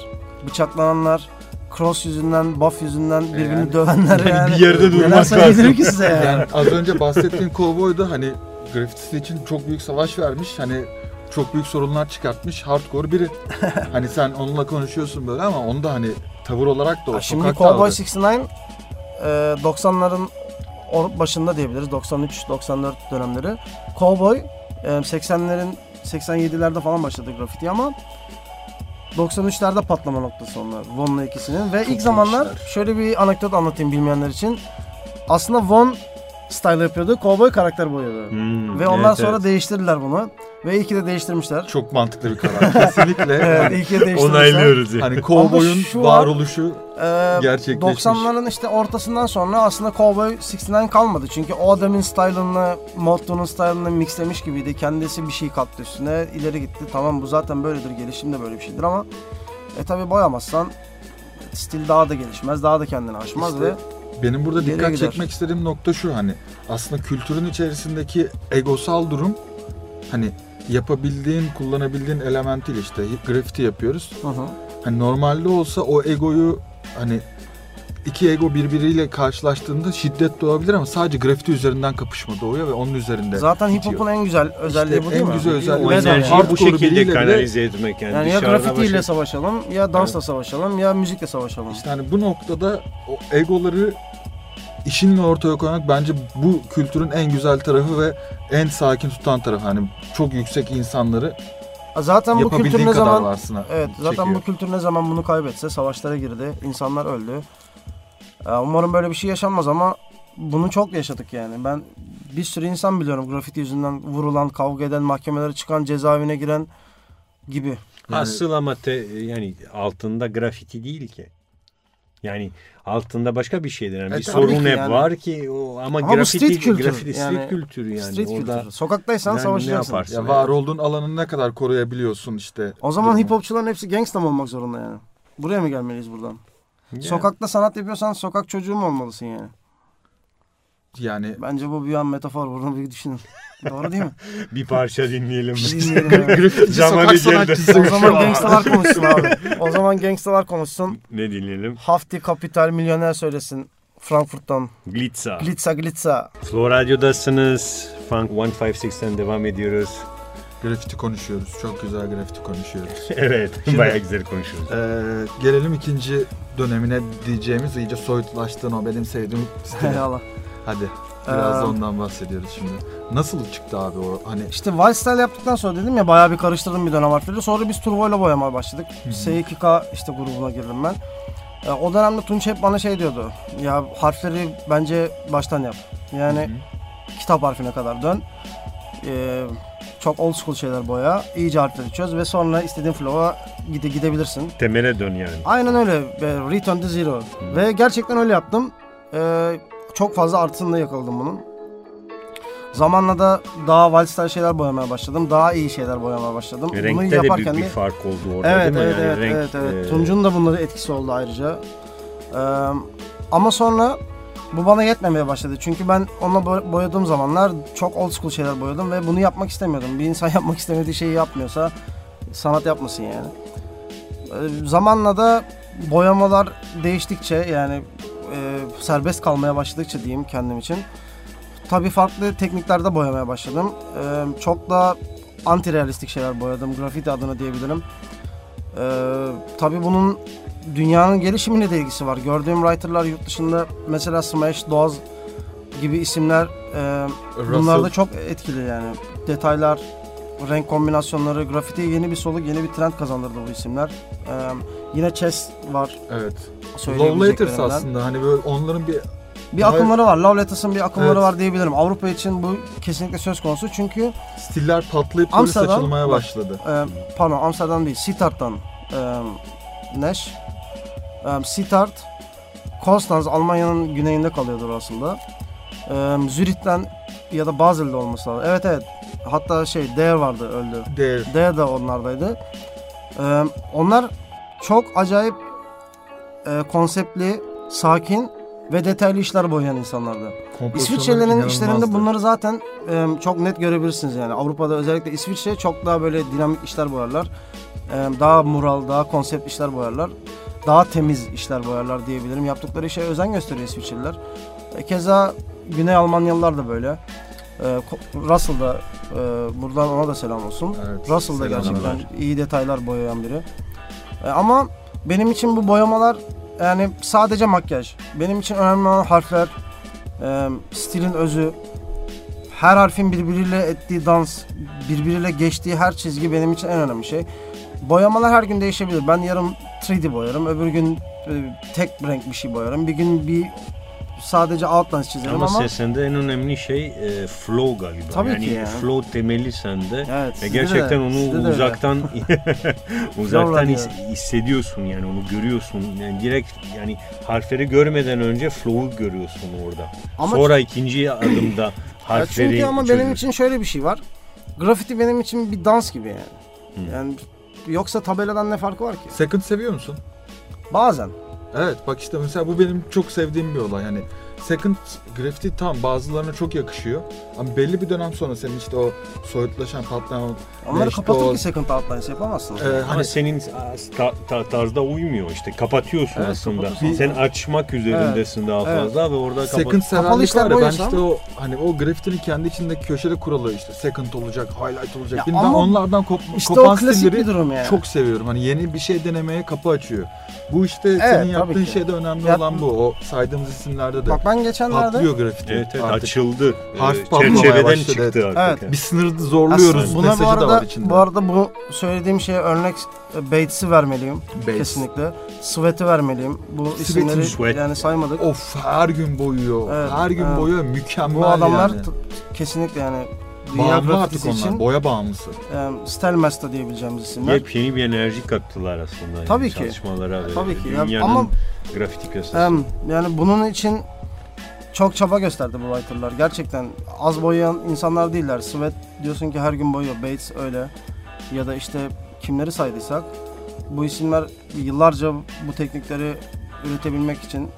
Speaker 3: bıçaklananlar, Cross yüzünden, Buff yüzünden birbirini
Speaker 2: yani-
Speaker 3: dövenler yani.
Speaker 1: bir yerde durmak
Speaker 3: Neler söyleyebilirim
Speaker 1: lazım.
Speaker 3: ki size yani.
Speaker 2: yani az önce bahsettiğin kovboy da hani grafitisi için çok büyük savaş vermiş. Hani çok büyük sorunlar çıkartmış. Hardcore biri. hani sen onunla konuşuyorsun böyle ama onu da hani tavır olarak da o
Speaker 3: Ya Şimdi
Speaker 2: sokakta
Speaker 3: Cowboy
Speaker 2: aldı.
Speaker 3: 69 e, 90'ların or- başında diyebiliriz. 93-94 dönemleri. Cowboy e, 80'lerin 87'lerde falan başladı grafiti ama 93'lerde patlama noktası onlar. Von'la ikisinin ve ilk zamanlar
Speaker 2: gençler.
Speaker 3: şöyle bir anekdot anlatayım bilmeyenler için. Aslında Von style yapıyordu. Cowboy karakter boyuyordu.
Speaker 1: Hmm,
Speaker 3: Ve ondan
Speaker 1: evet,
Speaker 3: sonra
Speaker 1: evet.
Speaker 3: değiştirdiler bunu. Ve iyi ki de değiştirmişler.
Speaker 2: Çok mantıklı bir karar. Kesinlikle.
Speaker 3: Evet, iyi ki de değiştirmişler.
Speaker 1: onaylıyoruz yani.
Speaker 2: Hani kovboyun
Speaker 3: Ama şu an-
Speaker 2: varoluşu
Speaker 3: Ee,
Speaker 2: gerçekleşmiş.
Speaker 3: 90'ların işte ortasından sonra aslında Cowboy 69 kalmadı. Çünkü o adamın style'ını, Motto'nun style'ını mixlemiş gibiydi. Kendisi bir şey kattı üstüne. ileri gitti. Tamam bu zaten böyledir. Gelişim de böyle bir şeydir ama e tabi boyamazsan stil daha da gelişmez. Daha da kendini aşmaz
Speaker 2: İşte
Speaker 3: ve
Speaker 2: Benim burada
Speaker 4: Nereye
Speaker 2: dikkat
Speaker 4: gider?
Speaker 2: çekmek istediğim nokta şu hani aslında kültürün içerisindeki egosal durum hani yapabildiğin, kullanabildiğin elementiyle işte grafiti yapıyoruz.
Speaker 4: Hı hı.
Speaker 2: Hani normalde olsa o egoyu hani iki ego birbiriyle karşılaştığında şiddet doğabilir ama sadece grafiti üzerinden kapışma doğuyor ve onun üzerinde
Speaker 3: Zaten hip
Speaker 2: bitiyor.
Speaker 3: hop'un en güzel özelliği
Speaker 2: İşte
Speaker 3: bu değil
Speaker 2: en
Speaker 3: mi?
Speaker 2: güzel özelliği
Speaker 1: O
Speaker 3: Evet abi.
Speaker 1: enerjiyi bu
Speaker 2: Hardcore biriyle
Speaker 1: şekilde
Speaker 2: bile-
Speaker 1: kanalize etmek. Yani,
Speaker 3: Yani ya
Speaker 1: dışarıda
Speaker 3: grafitiyle
Speaker 1: başka-
Speaker 3: savaşalım ya dansla savaşalım ya müzikle savaşalım.
Speaker 2: İşte hani bu noktada o egoları işinle ortaya koymak bence bu kültürün en güzel tarafı ve en sakin tutan tarafı. Hani çok yüksek insanları
Speaker 3: Zaten bu
Speaker 2: yapabildiğin
Speaker 3: kültür ne
Speaker 2: kadar
Speaker 3: zaman
Speaker 2: varsına
Speaker 3: Evet zaten
Speaker 2: çekiyor.
Speaker 3: bu kültür ne zaman bunu kaybetse savaşlara girdi. insanlar öldü. Ee, Umarım böyle bir şey yaşanmaz ama bunu çok yaşadık yani. Ben bir sürü insan biliyorum grafiti yüzünden vurulan, kavga eden, mahkemelere çıkan, cezaevine giren gibi.
Speaker 2: Yani-
Speaker 1: Asıl ama te- yani altında grafiti değil ki. Yani altında başka bir şeydir. Yani
Speaker 2: E
Speaker 1: bir
Speaker 2: tabii
Speaker 1: sorun
Speaker 3: ki
Speaker 1: hep
Speaker 3: yani.
Speaker 1: var ki o ama,
Speaker 3: Ama bu
Speaker 1: grafiti
Speaker 3: street kültür
Speaker 1: grafiti street
Speaker 3: yani.
Speaker 1: kültürü yani.
Speaker 3: Street
Speaker 1: Orada
Speaker 3: kültür. Sokaktaysan
Speaker 1: yani
Speaker 3: savaşacaksın.
Speaker 1: ne yaparsın?
Speaker 2: Ya var olduğun alanı ne kadar koruyabiliyorsun işte.
Speaker 3: O zaman
Speaker 2: Durumu.
Speaker 3: hip hopçuların hepsi gangsta mı olmak zorunda yani? Buraya mı gelmeliyiz buradan?
Speaker 1: Yani.
Speaker 3: Sokakta sanat yapıyorsan sokak çocuğu mu olmalısın yani?
Speaker 2: yani
Speaker 3: Bence bu bir an metafor. Bunu bir düşünün. Doğru değil mi?
Speaker 1: bir parça dinleyelim.
Speaker 3: Dinleyelim yani.
Speaker 1: Zamanı
Speaker 2: sokak
Speaker 1: geldi.
Speaker 2: sanatçısı.
Speaker 3: O zaman gangstalar konuşsun abi. O zaman gangstalar konuşsun.
Speaker 1: ne dinleyelim?
Speaker 3: Hafti Kapital Milyoner söylesin. Frankfurt'tan.
Speaker 1: Glitza.
Speaker 3: Glitza glitza.
Speaker 1: Flow Radyo'dasınız. Funk 156'ten devam ediyoruz.
Speaker 2: grafiti konuşuyoruz. Çok güzel grafiti konuşuyoruz.
Speaker 1: evet. Bayağı güzel konuşuyoruz.
Speaker 2: Ee, gelelim ikinci dönemine diyeceğimiz iyice soyutlaştığın o benim sevdiğim stile.
Speaker 3: Eyvallah.
Speaker 2: Hadi biraz
Speaker 3: Ee,
Speaker 2: da ondan bahsediyoruz şimdi. Nasıl çıktı abi o hani
Speaker 3: İşte Wild Style yaptıktan sonra dedim ya bayağı bir karıştırdım bir dönem harfleri. Sonra biz turboyla boyamaya başladık.
Speaker 2: hı.
Speaker 3: S2K işte grubuna girdim ben. Ee, o dönemde Tunç hep bana şey diyordu. Ya harfleri bence baştan yap. Yani
Speaker 2: Hı hı.
Speaker 3: kitap harfine kadar dön. Ee, çok old school şeyler boya. İyice harfleri çöz ve sonra istediğin flow'a gide gidebilirsin.
Speaker 1: Temele dön yani.
Speaker 3: Aynen öyle. Ve Return to Zero. Ve gerçekten öyle yaptım. Ee, çok fazla artısını da yakaladım bunun. Zamanla da daha valsler şeyler boyamaya başladım. Daha iyi şeyler boyamaya başladım.
Speaker 1: E, Renkte de büyük bir fark oldu orada
Speaker 3: Evet
Speaker 1: değil
Speaker 3: evet,
Speaker 1: mi? Yani
Speaker 3: evet,
Speaker 1: renk,
Speaker 3: evet evet
Speaker 1: e,
Speaker 3: Tunç'un da bunlara etkisi oldu ayrıca. Ee, ama sonra bu bana yetmemeye başladı. Çünkü ben onunla boy- boyadığım zamanlar çok old school şeyler boyadım ve bunu yapmak istemiyordum. Bir insan yapmak istemediği şeyi yapmıyorsa sanat yapmasın yani. Ee, zamanla da boyamalar değiştikçe yani e, serbest kalmaya başladıkça diyeyim kendim için. Tabii farklı tekniklerde boyamaya başladım. Ee, çok da anti realistik şeyler boyadım. Grafiti adına diyebilirim. Ee, tabii bunun dünyanın gelişimine de ilgisi var. Gördüğüm writerlar yurt dışında mesela Smash, Doaz gibi isimler e, bunlarda çok etkili yani. Detaylar, renk kombinasyonları, grafitiye yeni bir soluk, yeni bir trend kazandırdı bu isimler. Ee, yine Chess var
Speaker 2: Evet. Love Letters
Speaker 3: söyleyebileceklerimden.
Speaker 2: aslında hani böyle onların bir
Speaker 3: Bir akımları var. Love Letters'ın bir akımları
Speaker 2: Evet.
Speaker 3: var diyebilirim. Avrupa için bu kesinlikle söz konusu. Çünkü
Speaker 2: stiller patlayıp böyle
Speaker 3: Amsterdam-
Speaker 2: saçılmaya başladı.
Speaker 3: e, pardon Amsterdam değil, Sittard'dan e, Neş. E, Sittard, Konstanz Almanya'nın güneyinde kalıyordur aslında. E, Zürich'ten ya da Basel'de olması lazım. Evet evet. Hatta şey Değer vardı öldü.
Speaker 2: Değer.
Speaker 3: D de onlardaydı. Ee, onlar çok acayip e, konseptli, sakin ve detaylı işler boyayan insanlardı. İsviçrelilerin işlerinde bunları zaten e, çok net görebilirsiniz yani. Avrupa'da özellikle İsviçre çok daha böyle dinamik işler boyarlar. E, daha mural, daha konsept işler boyarlar. Daha temiz işler boyarlar diyebilirim. Yaptıkları işe özen gösteriyor İsviçreliler. E, keza Güney Almanyalılar da böyle. E, Ko- Russell da e, buradan ona da selam olsun.
Speaker 2: Evet.
Speaker 3: Russell da
Speaker 2: Selam
Speaker 3: gerçekten
Speaker 2: haber.
Speaker 3: iyi detaylar boyayan biri. E, ama benim için bu boyamalar yani sadece makyaj. Benim için önemli olan harfler, e, stilin özü, her harfin birbiriyle ettiği dans, birbiriyle geçtiği her çizgi benim için en önemli şey. Boyamalar her gün değişebilir. Ben yarın 3D boyarım, öbür gün e, tek renk bir şey boyarım. Bir gün bir sadece outlines çizerim
Speaker 1: Ama
Speaker 3: ama,
Speaker 1: sesinde en önemli şey e, flow galiba.
Speaker 3: Tabii
Speaker 1: yani
Speaker 3: ki ya.
Speaker 1: flow temeli sende. Ve
Speaker 3: evet, sizde de-
Speaker 1: E, gerçekten
Speaker 3: sizde de
Speaker 1: onu
Speaker 3: öyle.
Speaker 1: uzaktan uzaktan
Speaker 3: Zorlanıyor.
Speaker 1: his- hissediyorsun yani onu görüyorsun. Yani direkt yani harfleri görmeden önce flow'u görüyorsun orada.
Speaker 3: Ama
Speaker 1: Sonra ikinci adımda
Speaker 3: Ya
Speaker 1: harfleri
Speaker 3: çünkü ama benim
Speaker 1: çözüyorsun.
Speaker 3: için şöyle bir şey var. Grafiti benim için bir dans gibi yani.
Speaker 1: Hı.
Speaker 3: Yani yoksa tabeladan ne farkı var ki?
Speaker 2: Second seviyor musun?
Speaker 3: Bazen.
Speaker 2: Evet bak işte mesela bu benim çok sevdiğim bir olay. Hani second graffiti tam bazılarına çok yakışıyor. Ama belli bir dönem sonra senin işte o soyutlaşan patlayan... Ya
Speaker 3: Onları
Speaker 2: işte
Speaker 3: kapatır
Speaker 2: o-
Speaker 3: ki second outlines yapamazsın.
Speaker 2: Ee, hani
Speaker 1: Ama senin ta- ta- tarzda uymuyor işte. Kapatıyorsun
Speaker 2: Evet,
Speaker 1: aslında.
Speaker 2: kapatıyorsun.
Speaker 1: Sen açmak üzerindesin daha
Speaker 3: Evet.
Speaker 1: fazla ve orada kapat.
Speaker 2: Second
Speaker 3: Kapalı
Speaker 2: severlik
Speaker 3: işler
Speaker 2: var ya ben
Speaker 3: boyasam-
Speaker 2: işte o hani o graffitinin kendi içinde köşede kuralı işte second olacak, highlight olacak.
Speaker 3: Ya
Speaker 2: bilmem
Speaker 3: ama
Speaker 2: onlardan kop
Speaker 3: işte
Speaker 2: kopan
Speaker 3: o klasik
Speaker 2: stilleri
Speaker 3: bir durum yani.
Speaker 2: çok seviyorum. Hani yeni bir şey denemeye kapı açıyor. Bu işte
Speaker 3: Evet,
Speaker 2: senin
Speaker 3: tabii
Speaker 2: yaptığın
Speaker 3: ki.
Speaker 2: şeyde önemli
Speaker 3: Yap-
Speaker 2: olan bu. O saydığımız isimlerde de
Speaker 3: Bak ben geçenlerde
Speaker 2: patlıyor graffiti.
Speaker 1: Evet, evet
Speaker 2: artık.
Speaker 1: açıldı.
Speaker 2: Harf
Speaker 1: Ee,
Speaker 2: patlamaya
Speaker 1: Çerçeveden
Speaker 2: başladı,
Speaker 1: çıktı
Speaker 2: evet.
Speaker 1: artık.
Speaker 2: Bir sınırı zorluyoruz
Speaker 3: Aslında
Speaker 2: mesajı
Speaker 3: bu arada,
Speaker 2: da var içinde.
Speaker 3: Bu arada bu söylediğim şeye örnek e, Bates'i vermeliyim
Speaker 2: Base.
Speaker 3: kesinlikle. Sweat'i vermeliyim. Bu
Speaker 2: Sweat'in
Speaker 3: isimleri
Speaker 1: Sweat.
Speaker 3: yani saymadık.
Speaker 2: Of her gün boyuyor.
Speaker 3: Evet,
Speaker 2: her gün
Speaker 3: evet.
Speaker 2: boyuyor. Mükemmel
Speaker 3: bu adamlar
Speaker 2: yani.
Speaker 3: t- kesinlikle yani dünya
Speaker 2: Bağımlı artık
Speaker 3: grafitisi
Speaker 2: onlar.
Speaker 3: için
Speaker 2: Boya bağımlısı.
Speaker 3: e, Stelmasta diyebileceğimiz isimler.
Speaker 1: Yepyeni bir enerji kattılar aslında. yani
Speaker 3: Tabii ki.
Speaker 1: Çalışmalara ve
Speaker 3: Tabii ki. ya.
Speaker 1: dünyanın
Speaker 3: Ama
Speaker 1: grafiti piyasası.
Speaker 3: Em, yani bunun için çok çaba gösterdi bu writerlar. Gerçekten az boyayan insanlar değiller. Sweat diyorsun ki her gün boyuyor. Bates öyle. Ya da işte kimleri saydıysak. Bu isimler yıllarca bu teknikleri üretebilmek için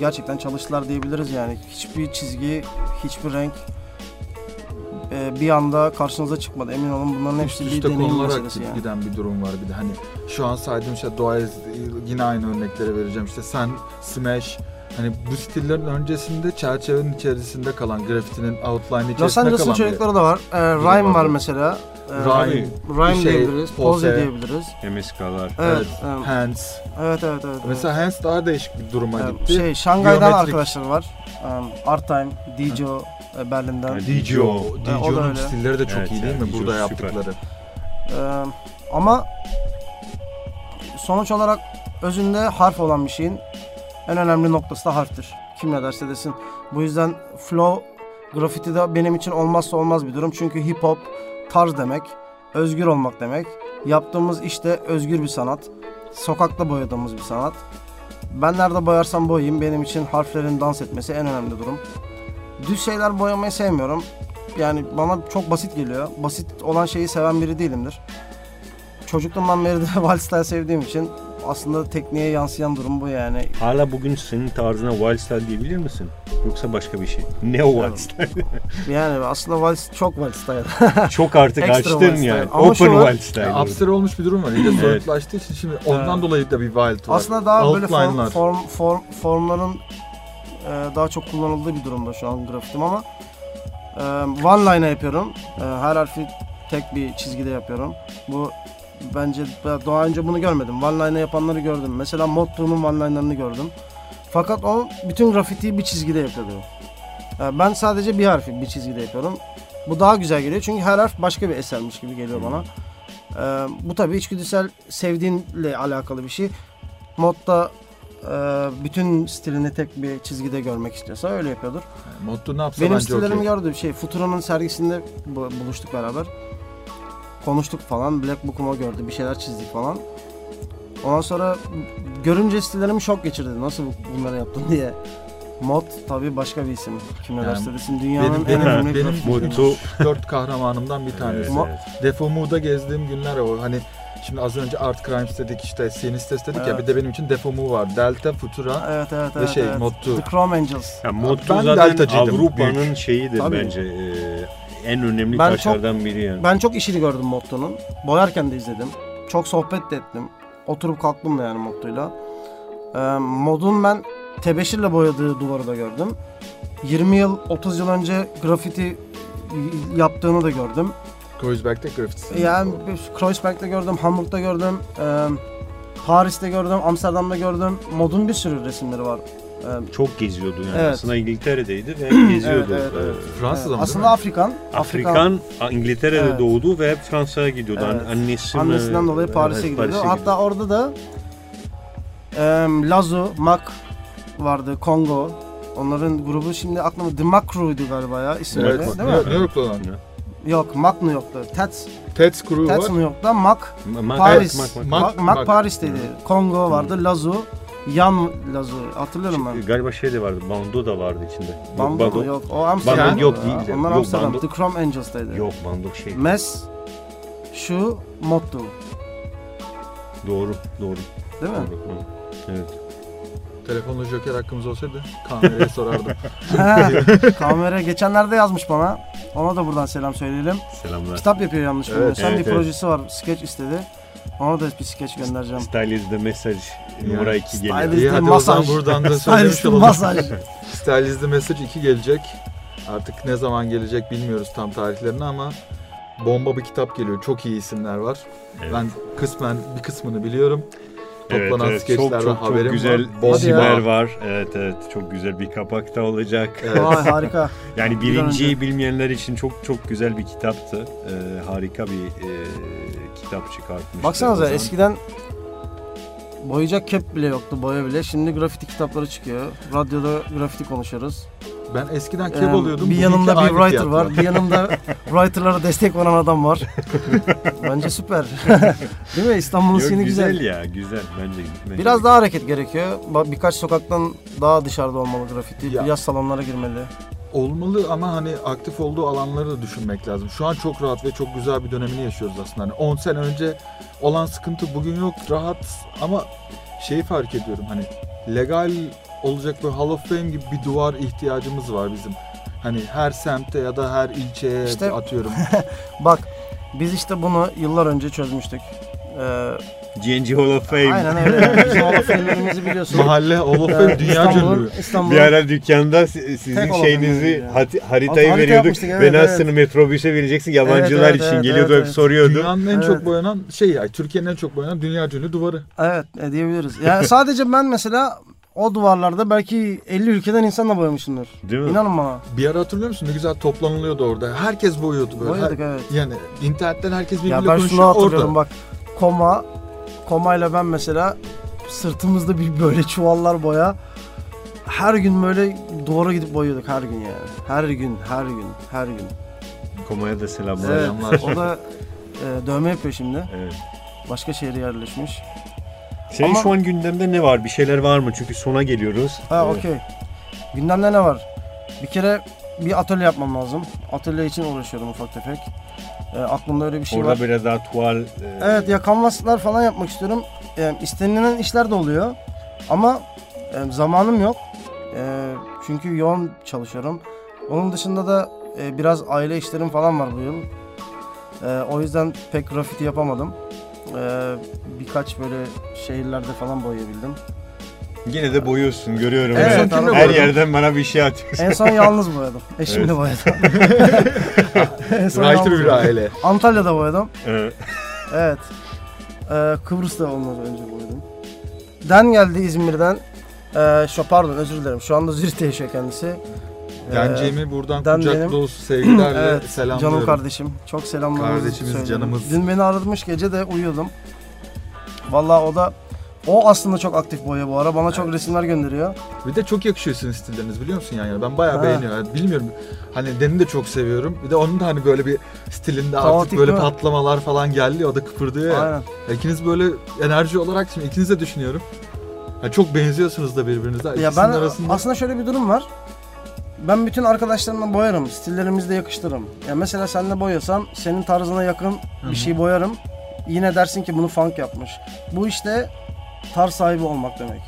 Speaker 3: gerçekten çalıştılar diyebiliriz yani. Hiçbir çizgi, hiçbir renk e, bir anda karşınıza çıkmadı. Emin olun bunların
Speaker 2: Üst
Speaker 3: hepsi bir
Speaker 2: üste
Speaker 3: deneyim
Speaker 2: konulara
Speaker 3: meselesi yani.
Speaker 2: giden bir durum var bir de hani şu an saydığım işte doğa yine aynı örnekleri vereceğim işte sen smash hani bu stillerin öncesinde çerçevenin içerisinde kalan grafitinin outline içerisinde
Speaker 3: Los Angeles'ın
Speaker 2: kalan bir-
Speaker 3: çocukları da var. E, Rhyme var mesela. E,
Speaker 2: Rhyme,
Speaker 3: Rhyme
Speaker 2: bir şey,
Speaker 3: diyebiliriz,
Speaker 2: pose.
Speaker 3: pose diyebiliriz.
Speaker 1: MSK'lar.
Speaker 3: Evet,
Speaker 2: Evet.
Speaker 3: evet,
Speaker 2: hands
Speaker 3: evet, evet, evet.
Speaker 2: mesela hands daha değişik bir duruma
Speaker 3: Evet,
Speaker 2: gitti
Speaker 3: şey, Şangay'dan
Speaker 2: Geometrik-
Speaker 3: arkadaşlar var. Um, Art Time, Dijo, e, Berlin'den.
Speaker 1: Evet.
Speaker 2: DJO
Speaker 3: Ha, o da
Speaker 2: DJO'nun
Speaker 3: öyle.
Speaker 2: stilleri de çok
Speaker 1: Evet,
Speaker 2: iyi değil
Speaker 1: evet,
Speaker 2: mi
Speaker 1: DJO
Speaker 2: burada
Speaker 1: süper.
Speaker 2: yaptıkları
Speaker 3: Um, ama sonuç olarak özünde harf olan bir şeyin en önemli noktası da harftir. Kim ne derse desin. Bu yüzden flow grafiti de benim için olmazsa olmaz bir durum. Çünkü hip hop tarz demek, özgür olmak demek. Yaptığımız işte özgür bir sanat. Sokakta boyadığımız bir sanat. Ben nerede boyarsam boyayayım benim için harflerin dans etmesi en önemli durum. Düz şeyler boyamayı sevmiyorum. Yani bana çok basit geliyor. Basit olan şeyi seven biri değilimdir. Çocukluğumdan beri de valsler sevdiğim için aslında tekniğe yansıyan durum bu yani.
Speaker 1: Hala bugün senin tarzına wild style diyebilir misin? Yoksa başka bir şey. Ne o wild style?
Speaker 3: Yani aslında vals çok vals dayalı.
Speaker 1: Çok artık
Speaker 3: Extra wild
Speaker 1: açtın
Speaker 3: style.
Speaker 1: yani.
Speaker 3: Ama şu
Speaker 1: Open
Speaker 3: var-
Speaker 1: wild style.
Speaker 2: yani upstyle olmuş bir durum var iyice
Speaker 1: Şey, Evet.
Speaker 2: soyutlaştığı için şimdi ondan
Speaker 3: Evet.
Speaker 2: dolayı da bir wild var
Speaker 3: Aslında daha böyle form,
Speaker 2: Outline'lar.
Speaker 3: form, form- formların e, daha çok kullanıldığı bir durumda şu an grafitim ama e, one line'a yapıyorum. E, her harfi tek bir çizgide yapıyorum. Bu bence ben daha önce bunu görmedim. One line'a yapanları gördüm. Mesela Motto'nun one line'larını gördüm. Fakat o bütün grafitiyi bir çizgide yapıyordu. E, ben sadece bir harfi bir çizgide yapıyorum. Bu daha güzel geliyor çünkü her harf başka bir esermiş gibi geliyor bana. E, bu tabii içgüdüsel sevdiğinle alakalı bir şey. Modda e, bütün stilini tek bir çizgide görmek istiyorsa öyle yapıyordur.
Speaker 2: Yani Motto ne yapsa
Speaker 3: Benim
Speaker 2: bence okey.
Speaker 3: stillerimi gördü. Şey, Futura'nın sergisinde bu- buluştuk beraber. Konuştuk falan. Black Book'uma gördü. Bir şeyler çizdik falan. Ondan sonra görünce stillerimi şok geçirdi. Nasıl bu- bunları yaptın diye. Mod tabii başka bir isim. Kim ne
Speaker 2: Yani
Speaker 3: derse desin dünyanın
Speaker 2: benim-
Speaker 3: en önemli
Speaker 2: benim-
Speaker 3: grafik
Speaker 2: benim-
Speaker 3: firması.
Speaker 1: Motto.
Speaker 2: Dört kahramanımdan bir tanesi.
Speaker 1: Evet,
Speaker 3: Ma-
Speaker 1: evet.
Speaker 2: Defomu'da gezdiğim günler o. Hani şimdi az önce Art Crimes dedik işte Sinistes dedik ya
Speaker 3: Evet.
Speaker 2: bir de benim için Defomu var. Delta, Futura
Speaker 3: Evet evet
Speaker 2: ve
Speaker 3: evet.
Speaker 2: şey
Speaker 3: evet.
Speaker 2: Mottu.
Speaker 3: The Chrome Angels.
Speaker 1: Ya Motto
Speaker 2: Ben
Speaker 1: zaten
Speaker 2: deltacıydım,
Speaker 1: Avrupa'nın
Speaker 2: büyük.
Speaker 1: şeyidir
Speaker 3: Tabii.
Speaker 1: bence. Ee, en önemli
Speaker 3: Ben çok-
Speaker 1: taşlardan biri yani.
Speaker 3: Ben çok işini gördüm Motto'nun. Boyarken de izledim. Çok sohbet de ettim. Oturup kalktım da yani Motto'yla. Ee, modun ben tebeşirle boyadığı duvarı da gördüm. 20 yıl, 30 yıl önce grafiti yaptığını da gördüm. Ee,
Speaker 2: Kreuzberg'de graffiti.
Speaker 3: Yani Kreuzberg'de gördüm, Hamburg'da gördüm, e, Paris'te gördüm, Amsterdam'da gördüm. Modun bir sürü resimleri var. E,
Speaker 1: Çok geziyordu yani.
Speaker 3: Evet.
Speaker 1: Aslında İngiltere'deydi ve geziyordu.
Speaker 3: Evet, evet, evet.
Speaker 1: Ee,
Speaker 2: Fransa'da mı?
Speaker 3: e, aslında Afrikan.
Speaker 1: Afrikan İngiltere'de
Speaker 3: Evet.
Speaker 1: doğdu ve hep Fransa'ya gidiyordu. An-
Speaker 3: Evet.
Speaker 1: Annesi mi-
Speaker 3: Annesinden dolayı Paris'e
Speaker 1: Evet,
Speaker 3: gidiyordu. Hatta orada da em, Lazo, Mac vardı, Kongo. Onların grubu şimdi aklıma The Macrow'ydu galiba ya isimleri
Speaker 2: Evet,
Speaker 3: değil mi?
Speaker 2: New York'ta olan.
Speaker 3: Yok, Mac New York'ta. Tats,
Speaker 2: Ted's Crew
Speaker 3: Tats
Speaker 2: var.
Speaker 3: New York'ta, Mac,
Speaker 1: Ma- ma-
Speaker 3: Paris.
Speaker 1: evet, ma- ma-
Speaker 2: Mac-
Speaker 3: Mac, Mac,
Speaker 2: Mac.
Speaker 3: Paris'teydi. Kongo vardı, Lazo, Yan Lazo. Hatırlıyorum ben.
Speaker 1: Galiba şey de vardı. Bando da vardı içinde. Yok,
Speaker 3: Bando mu? Yok, o Amsterdam.
Speaker 2: Bando
Speaker 1: yok, değil de.
Speaker 3: Onlar
Speaker 1: Yok,
Speaker 3: Amsterdam.
Speaker 1: Bando-
Speaker 3: The Chrome Angels'taydı.
Speaker 1: Yok bando şey.
Speaker 3: Mes, şu, Motto.
Speaker 1: Doğru, doğru.
Speaker 3: Değil mi?
Speaker 1: doğru. Evet.
Speaker 2: Telefonla Joker hakkımız olsaydı kameraya sorardım.
Speaker 3: Kamera geçenlerde yazmış bana. Ona da buradan selam söyleyelim.
Speaker 1: Selamlar.
Speaker 3: Kitap yapıyor yanlış
Speaker 2: Evet,
Speaker 3: bilmiyorsam.
Speaker 1: evet,
Speaker 3: bir
Speaker 1: evet.
Speaker 3: projesi var. Skeç istedi. Ona da bir skeç göndereceğim.
Speaker 1: Style is the message.
Speaker 2: Yani
Speaker 1: Numara 2 geliyor.
Speaker 3: style-
Speaker 2: İyi hadi o zaman
Speaker 3: Masaj.
Speaker 2: buradan da söylemiş
Speaker 3: Stylist'in
Speaker 2: olalım.
Speaker 3: masaj.
Speaker 2: Stylized Message 2 gelecek. Artık ne zaman gelecek bilmiyoruz tam tarihlerini ama bomba bir kitap geliyor. Çok iyi isimler var.
Speaker 1: Evet.
Speaker 2: Ben kısmen bir kısmını biliyorum.
Speaker 1: Evet,
Speaker 2: Toplanan
Speaker 1: evet.
Speaker 2: skeçler
Speaker 1: çok,
Speaker 2: ve
Speaker 1: çok,
Speaker 2: haberim
Speaker 1: çok güzel
Speaker 2: var. Bomba.
Speaker 1: isimler var. Evet evet çok güzel bir kapakta olacak.
Speaker 2: Evet.
Speaker 3: Vay harika.
Speaker 1: Yani
Speaker 3: Bir an
Speaker 1: birinciyi
Speaker 3: önce.
Speaker 1: bilmeyenler için çok çok güzel bir kitaptı. Ee, harika bir e, kitap çıkartmıştı.
Speaker 3: Baksanıza
Speaker 1: Ozan.
Speaker 3: eskiden boyayacak kep bile yoktu boya bile. Şimdi grafiti kitapları çıkıyor. Radyoda grafiti konuşuruz.
Speaker 2: Ben eskiden
Speaker 3: Ee,
Speaker 2: keb oluyordum.
Speaker 3: bir
Speaker 2: bugünkü
Speaker 3: yanımda bir
Speaker 2: aynı
Speaker 3: writer
Speaker 2: fiyatlar.
Speaker 3: var. Bir yanımda writerlara destek olan adam var. Bence süper. Değil mi? İstanbul'un
Speaker 1: Yok,
Speaker 3: sini
Speaker 1: güzel.
Speaker 3: güzel.
Speaker 1: ya güzel bence. bence
Speaker 3: Biraz daha hareket gerekiyor. Ba- Birkaç sokaktan daha dışarıda olmalı grafiti.
Speaker 2: Ya.
Speaker 3: Biraz salonlara girmeli.
Speaker 2: Olmalı ama hani aktif olduğu alanları da düşünmek lazım. Şu an çok rahat ve çok güzel bir dönemini yaşıyoruz aslında. Hani 10 sene önce olan sıkıntı bugün yok. Rahat ama şeyi fark ediyorum hani legal olacak bir Hall of Fame gibi bir duvar ihtiyacımız var bizim. Hani her semte ya da her ilçeye
Speaker 3: İşte-
Speaker 2: atıyorum.
Speaker 3: Bak biz işte bunu yıllar önce çözmüştük. Ee,
Speaker 1: GNG Hall of Fame.
Speaker 3: aynen öyle. Biz o filmlerimizi biliyorsunuz.
Speaker 2: Mahalle Hall of Fame dünya
Speaker 3: Ee, İstanbul'un,
Speaker 2: cönlüğü.
Speaker 3: İstanbul'un
Speaker 1: Bir ara dükkanda si-
Speaker 3: Tek
Speaker 1: sizin
Speaker 3: olan
Speaker 1: şeyinizi
Speaker 3: bölümüydü ya.
Speaker 1: hati- haritayı
Speaker 3: Harita
Speaker 1: veriyorduk.
Speaker 3: yapmıştık, evet,
Speaker 1: Ve
Speaker 3: evet.
Speaker 1: nasıl metrobüse vereceksin yabancılar
Speaker 3: Evet, evet,
Speaker 1: için
Speaker 3: evet,
Speaker 1: geliyordu
Speaker 3: evet,
Speaker 1: hep
Speaker 3: evet.
Speaker 1: soruyordum.
Speaker 2: Dünyanın en
Speaker 3: Evet.
Speaker 2: çok boyanan şey yani Türkiye'nin en çok boyanan dünya cönlüğü duvarı.
Speaker 3: Evet e, diyebiliriz. Yani sadece ben mesela o duvarlarda belki 50 ülkeden insanla boyamışımdır.
Speaker 1: Değil mi?
Speaker 3: İnanın bana.
Speaker 2: Bir ara hatırlıyor musun ne güzel toplanılıyordu orada. Herkes boyuyordu böyle.
Speaker 3: Boyadık evet.
Speaker 2: Yani internetten herkes birbiriyle
Speaker 3: Ya ben şunu
Speaker 2: konuşuyor
Speaker 3: hatırlıyorum
Speaker 2: orada.
Speaker 3: bak. Koma, Koma ile ben mesela sırtımızda bir böyle çuvallar boya. Her gün böyle duvara gidip boyuyorduk her gün yani. Her gün, her gün, her gün.
Speaker 1: Komaya da selamlar.
Speaker 3: Evet.
Speaker 2: Selamlar.
Speaker 3: O da e, dövme yapıyor şimdi.
Speaker 1: Evet.
Speaker 3: Başka şehre yerleşmiş.
Speaker 1: Senin
Speaker 3: Ama-
Speaker 1: şu an gündemde ne var? Bir şeyler var mı? Çünkü sona geliyoruz. Ee,
Speaker 3: Ha
Speaker 1: Evet.
Speaker 3: okey. Gündemde ne var? Bir kere bir atölye yapmam lazım. Atölye için uğraşıyorum ufak tefek. E, aklımda öyle bir şey
Speaker 1: Orada
Speaker 3: var.
Speaker 1: biraz daha tuval. e,
Speaker 3: Evet ya kanvaslar falan yapmak istiyorum. E, istenilen işler de oluyor. Ama e, zamanım yok. E, çünkü yoğun çalışıyorum. Onun dışında da e, biraz aile işlerim falan var bu yıl. E, o yüzden pek grafiti yapamadım. E, birkaç böyle şehirlerde falan boyayabildim.
Speaker 1: Yine de boyuyorsun görüyorum.
Speaker 3: Evet,
Speaker 1: Yani.
Speaker 3: sen kimle
Speaker 1: Her
Speaker 2: boyadın?
Speaker 1: yerden bana bir şey atıyorsun.
Speaker 3: En son yalnız boyadım. Eşimle
Speaker 1: Evet.
Speaker 3: boyadım. En son
Speaker 2: Writer
Speaker 3: yalnız
Speaker 2: bir
Speaker 3: boyadım.
Speaker 2: aile.
Speaker 3: Antalya'da boyadım.
Speaker 1: Evet.
Speaker 3: Evet. Ee, Kıbrıs'ta ondan önce boyadım. Den geldi İzmir'den. Ee, şu, pardon özür dilerim. Şu anda Zürich'te yaşıyor kendisi. Ee,
Speaker 2: Denceğimi buradan
Speaker 3: Dan
Speaker 2: kucak
Speaker 3: benim-
Speaker 2: dolusu sevgilerle
Speaker 3: Evet,
Speaker 2: selamlıyorum.
Speaker 3: Canım kardeşim. Çok selamlarımızı
Speaker 2: Kardeşimiz,
Speaker 3: söyledim.
Speaker 2: canımız.
Speaker 3: Dün beni aramış gece de uyuyordum. Vallahi o da o aslında çok aktif boya bu ara. Bana çok resimler gönderiyor.
Speaker 2: Bir de çok yakışıyor sizin stilleriniz biliyor musun yani? Ben bayağı
Speaker 3: Ha.
Speaker 2: beğeniyorum. Yani bilmiyorum hani Den'i de çok seviyorum. Bir de onun da hani böyle bir stilinde
Speaker 3: Kaotik
Speaker 2: artık böyle
Speaker 3: değil mi?
Speaker 2: patlamalar falan geldi. ya, O da kıpırdıyor ya.
Speaker 3: Aynen.
Speaker 2: İkiniz böyle enerji olarak şimdi ikiniz de düşünüyorum. Yani çok benziyorsunuz da birbirinize.
Speaker 3: Ya
Speaker 2: İkisinin
Speaker 3: ben
Speaker 2: arasında
Speaker 3: aslında şöyle bir durum var. Ben bütün arkadaşlarımla boyarım. Stillerimizi de yakıştırırım. Ya mesela seninle boyasam senin tarzına yakın
Speaker 2: Hı
Speaker 3: bir
Speaker 2: hı.
Speaker 3: şey boyarım. Yine dersin ki bunu funk yapmış. Bu işte tarz sahibi olmak demek.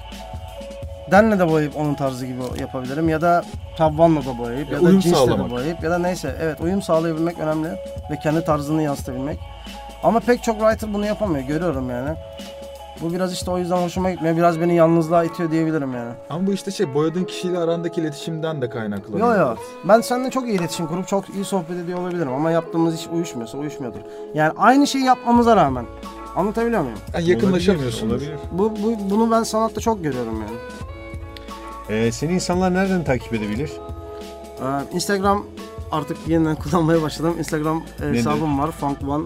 Speaker 3: Denle de boyayıp onun tarzı gibi yapabilirim ya da tabanla da boyayıp ya,
Speaker 2: Ya
Speaker 3: da
Speaker 2: uyum
Speaker 3: cinçle de
Speaker 2: sağlamak.
Speaker 3: boyayıp ya da neyse evet uyum sağlayabilmek önemli ve kendi tarzını yansıtabilmek. Ama pek çok writer bunu yapamıyor görüyorum yani. Bu biraz işte o yüzden hoşuma gitmiyor. Biraz beni yalnızlığa itiyor diyebilirim yani.
Speaker 2: Ama bu işte şey boyadığın kişiyle arandaki iletişimden de kaynaklanıyor.
Speaker 3: Yo yo. Ben seninle çok iyi iletişim kurup çok iyi sohbet ediyor olabilirim ama yaptığımız iş uyuşmuyorsa uyuşmuyordur. Yani aynı şeyi yapmamıza rağmen. Anlatabiliyor muyum?
Speaker 2: Yani yakınlaşamıyorsunuz.
Speaker 1: Olabilir.
Speaker 3: Bu, bu bunu ben sanatta çok görüyorum yani.
Speaker 1: Ee, seni insanlar nereden takip edebilir?
Speaker 3: Ee, Instagram artık yeniden kullanmaya başladım. Instagram e,
Speaker 1: Nedir?
Speaker 3: hesabım var. Funk One.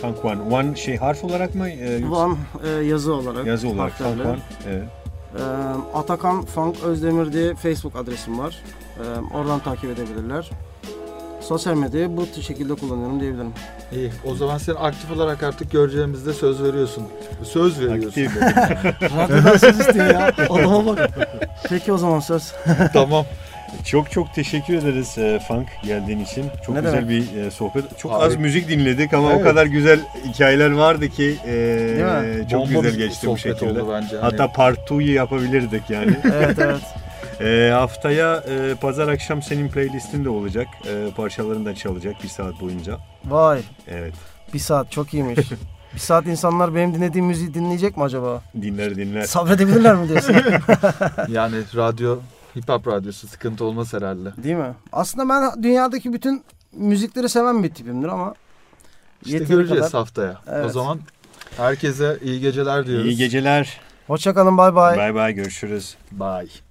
Speaker 1: Funk One. One şey harf olarak mı? e, yoksa
Speaker 3: One e, yazı olarak.
Speaker 1: yazı olarak. Funk
Speaker 3: harflerle.
Speaker 1: One. e, Evet.
Speaker 3: Ee, Atakan Funk Özdemir diye Facebook adresim var. Ee, oradan takip edebilirler. Sosyal medyayı bu şekilde kullanıyorum diyebilirim.
Speaker 2: İyi. O zaman sen aktif olarak artık göreceğimizde söz veriyorsun. Söz veriyorsun.
Speaker 1: Aktif.
Speaker 2: Radyodan söz istiyor ya. Allah'a bak.
Speaker 3: Peki o zaman söz.
Speaker 2: tamam.
Speaker 1: Çok çok teşekkür ederiz e, Funk geldiğin için. Çok
Speaker 3: Ne
Speaker 1: güzel
Speaker 3: demek?
Speaker 1: bir e, sohbet. Çok
Speaker 2: Abi-
Speaker 1: az müzik dinledik ama o
Speaker 2: Evet.
Speaker 1: kadar güzel hikayeler vardı ki e, çok
Speaker 2: Bomba
Speaker 1: güzel
Speaker 2: bir
Speaker 1: geçti bu
Speaker 2: sohbet
Speaker 1: şekilde.
Speaker 2: oldu bence. Hani
Speaker 1: Hatta part 2'yi yapabilirdik yani.
Speaker 3: Evet evet.
Speaker 1: E, haftaya e, pazar akşam senin playlistin de olacak. E, parçaların da çalacak bir saat boyunca.
Speaker 3: Vay
Speaker 1: Evet.
Speaker 3: bir saat çok iyiymiş. Bir saat insanlar benim dinlediğim müziği dinleyecek mi acaba?
Speaker 1: Dinler dinler.
Speaker 3: Sabredebilirler mi diyorsun?
Speaker 2: yani radyo, hip hop radyosu sıkıntı olmaz herhalde.
Speaker 3: Değil mi? Aslında ben dünyadaki bütün müzikleri seven bir tipimdir ama
Speaker 2: İşte
Speaker 3: Yeteri
Speaker 2: göreceğiz
Speaker 3: kadar.
Speaker 2: haftaya. O
Speaker 3: Evet.
Speaker 2: zaman herkese iyi geceler diyoruz.
Speaker 1: İyi geceler.
Speaker 3: hoşçakalın bay bay.
Speaker 1: Bay bay görüşürüz.
Speaker 2: Bye.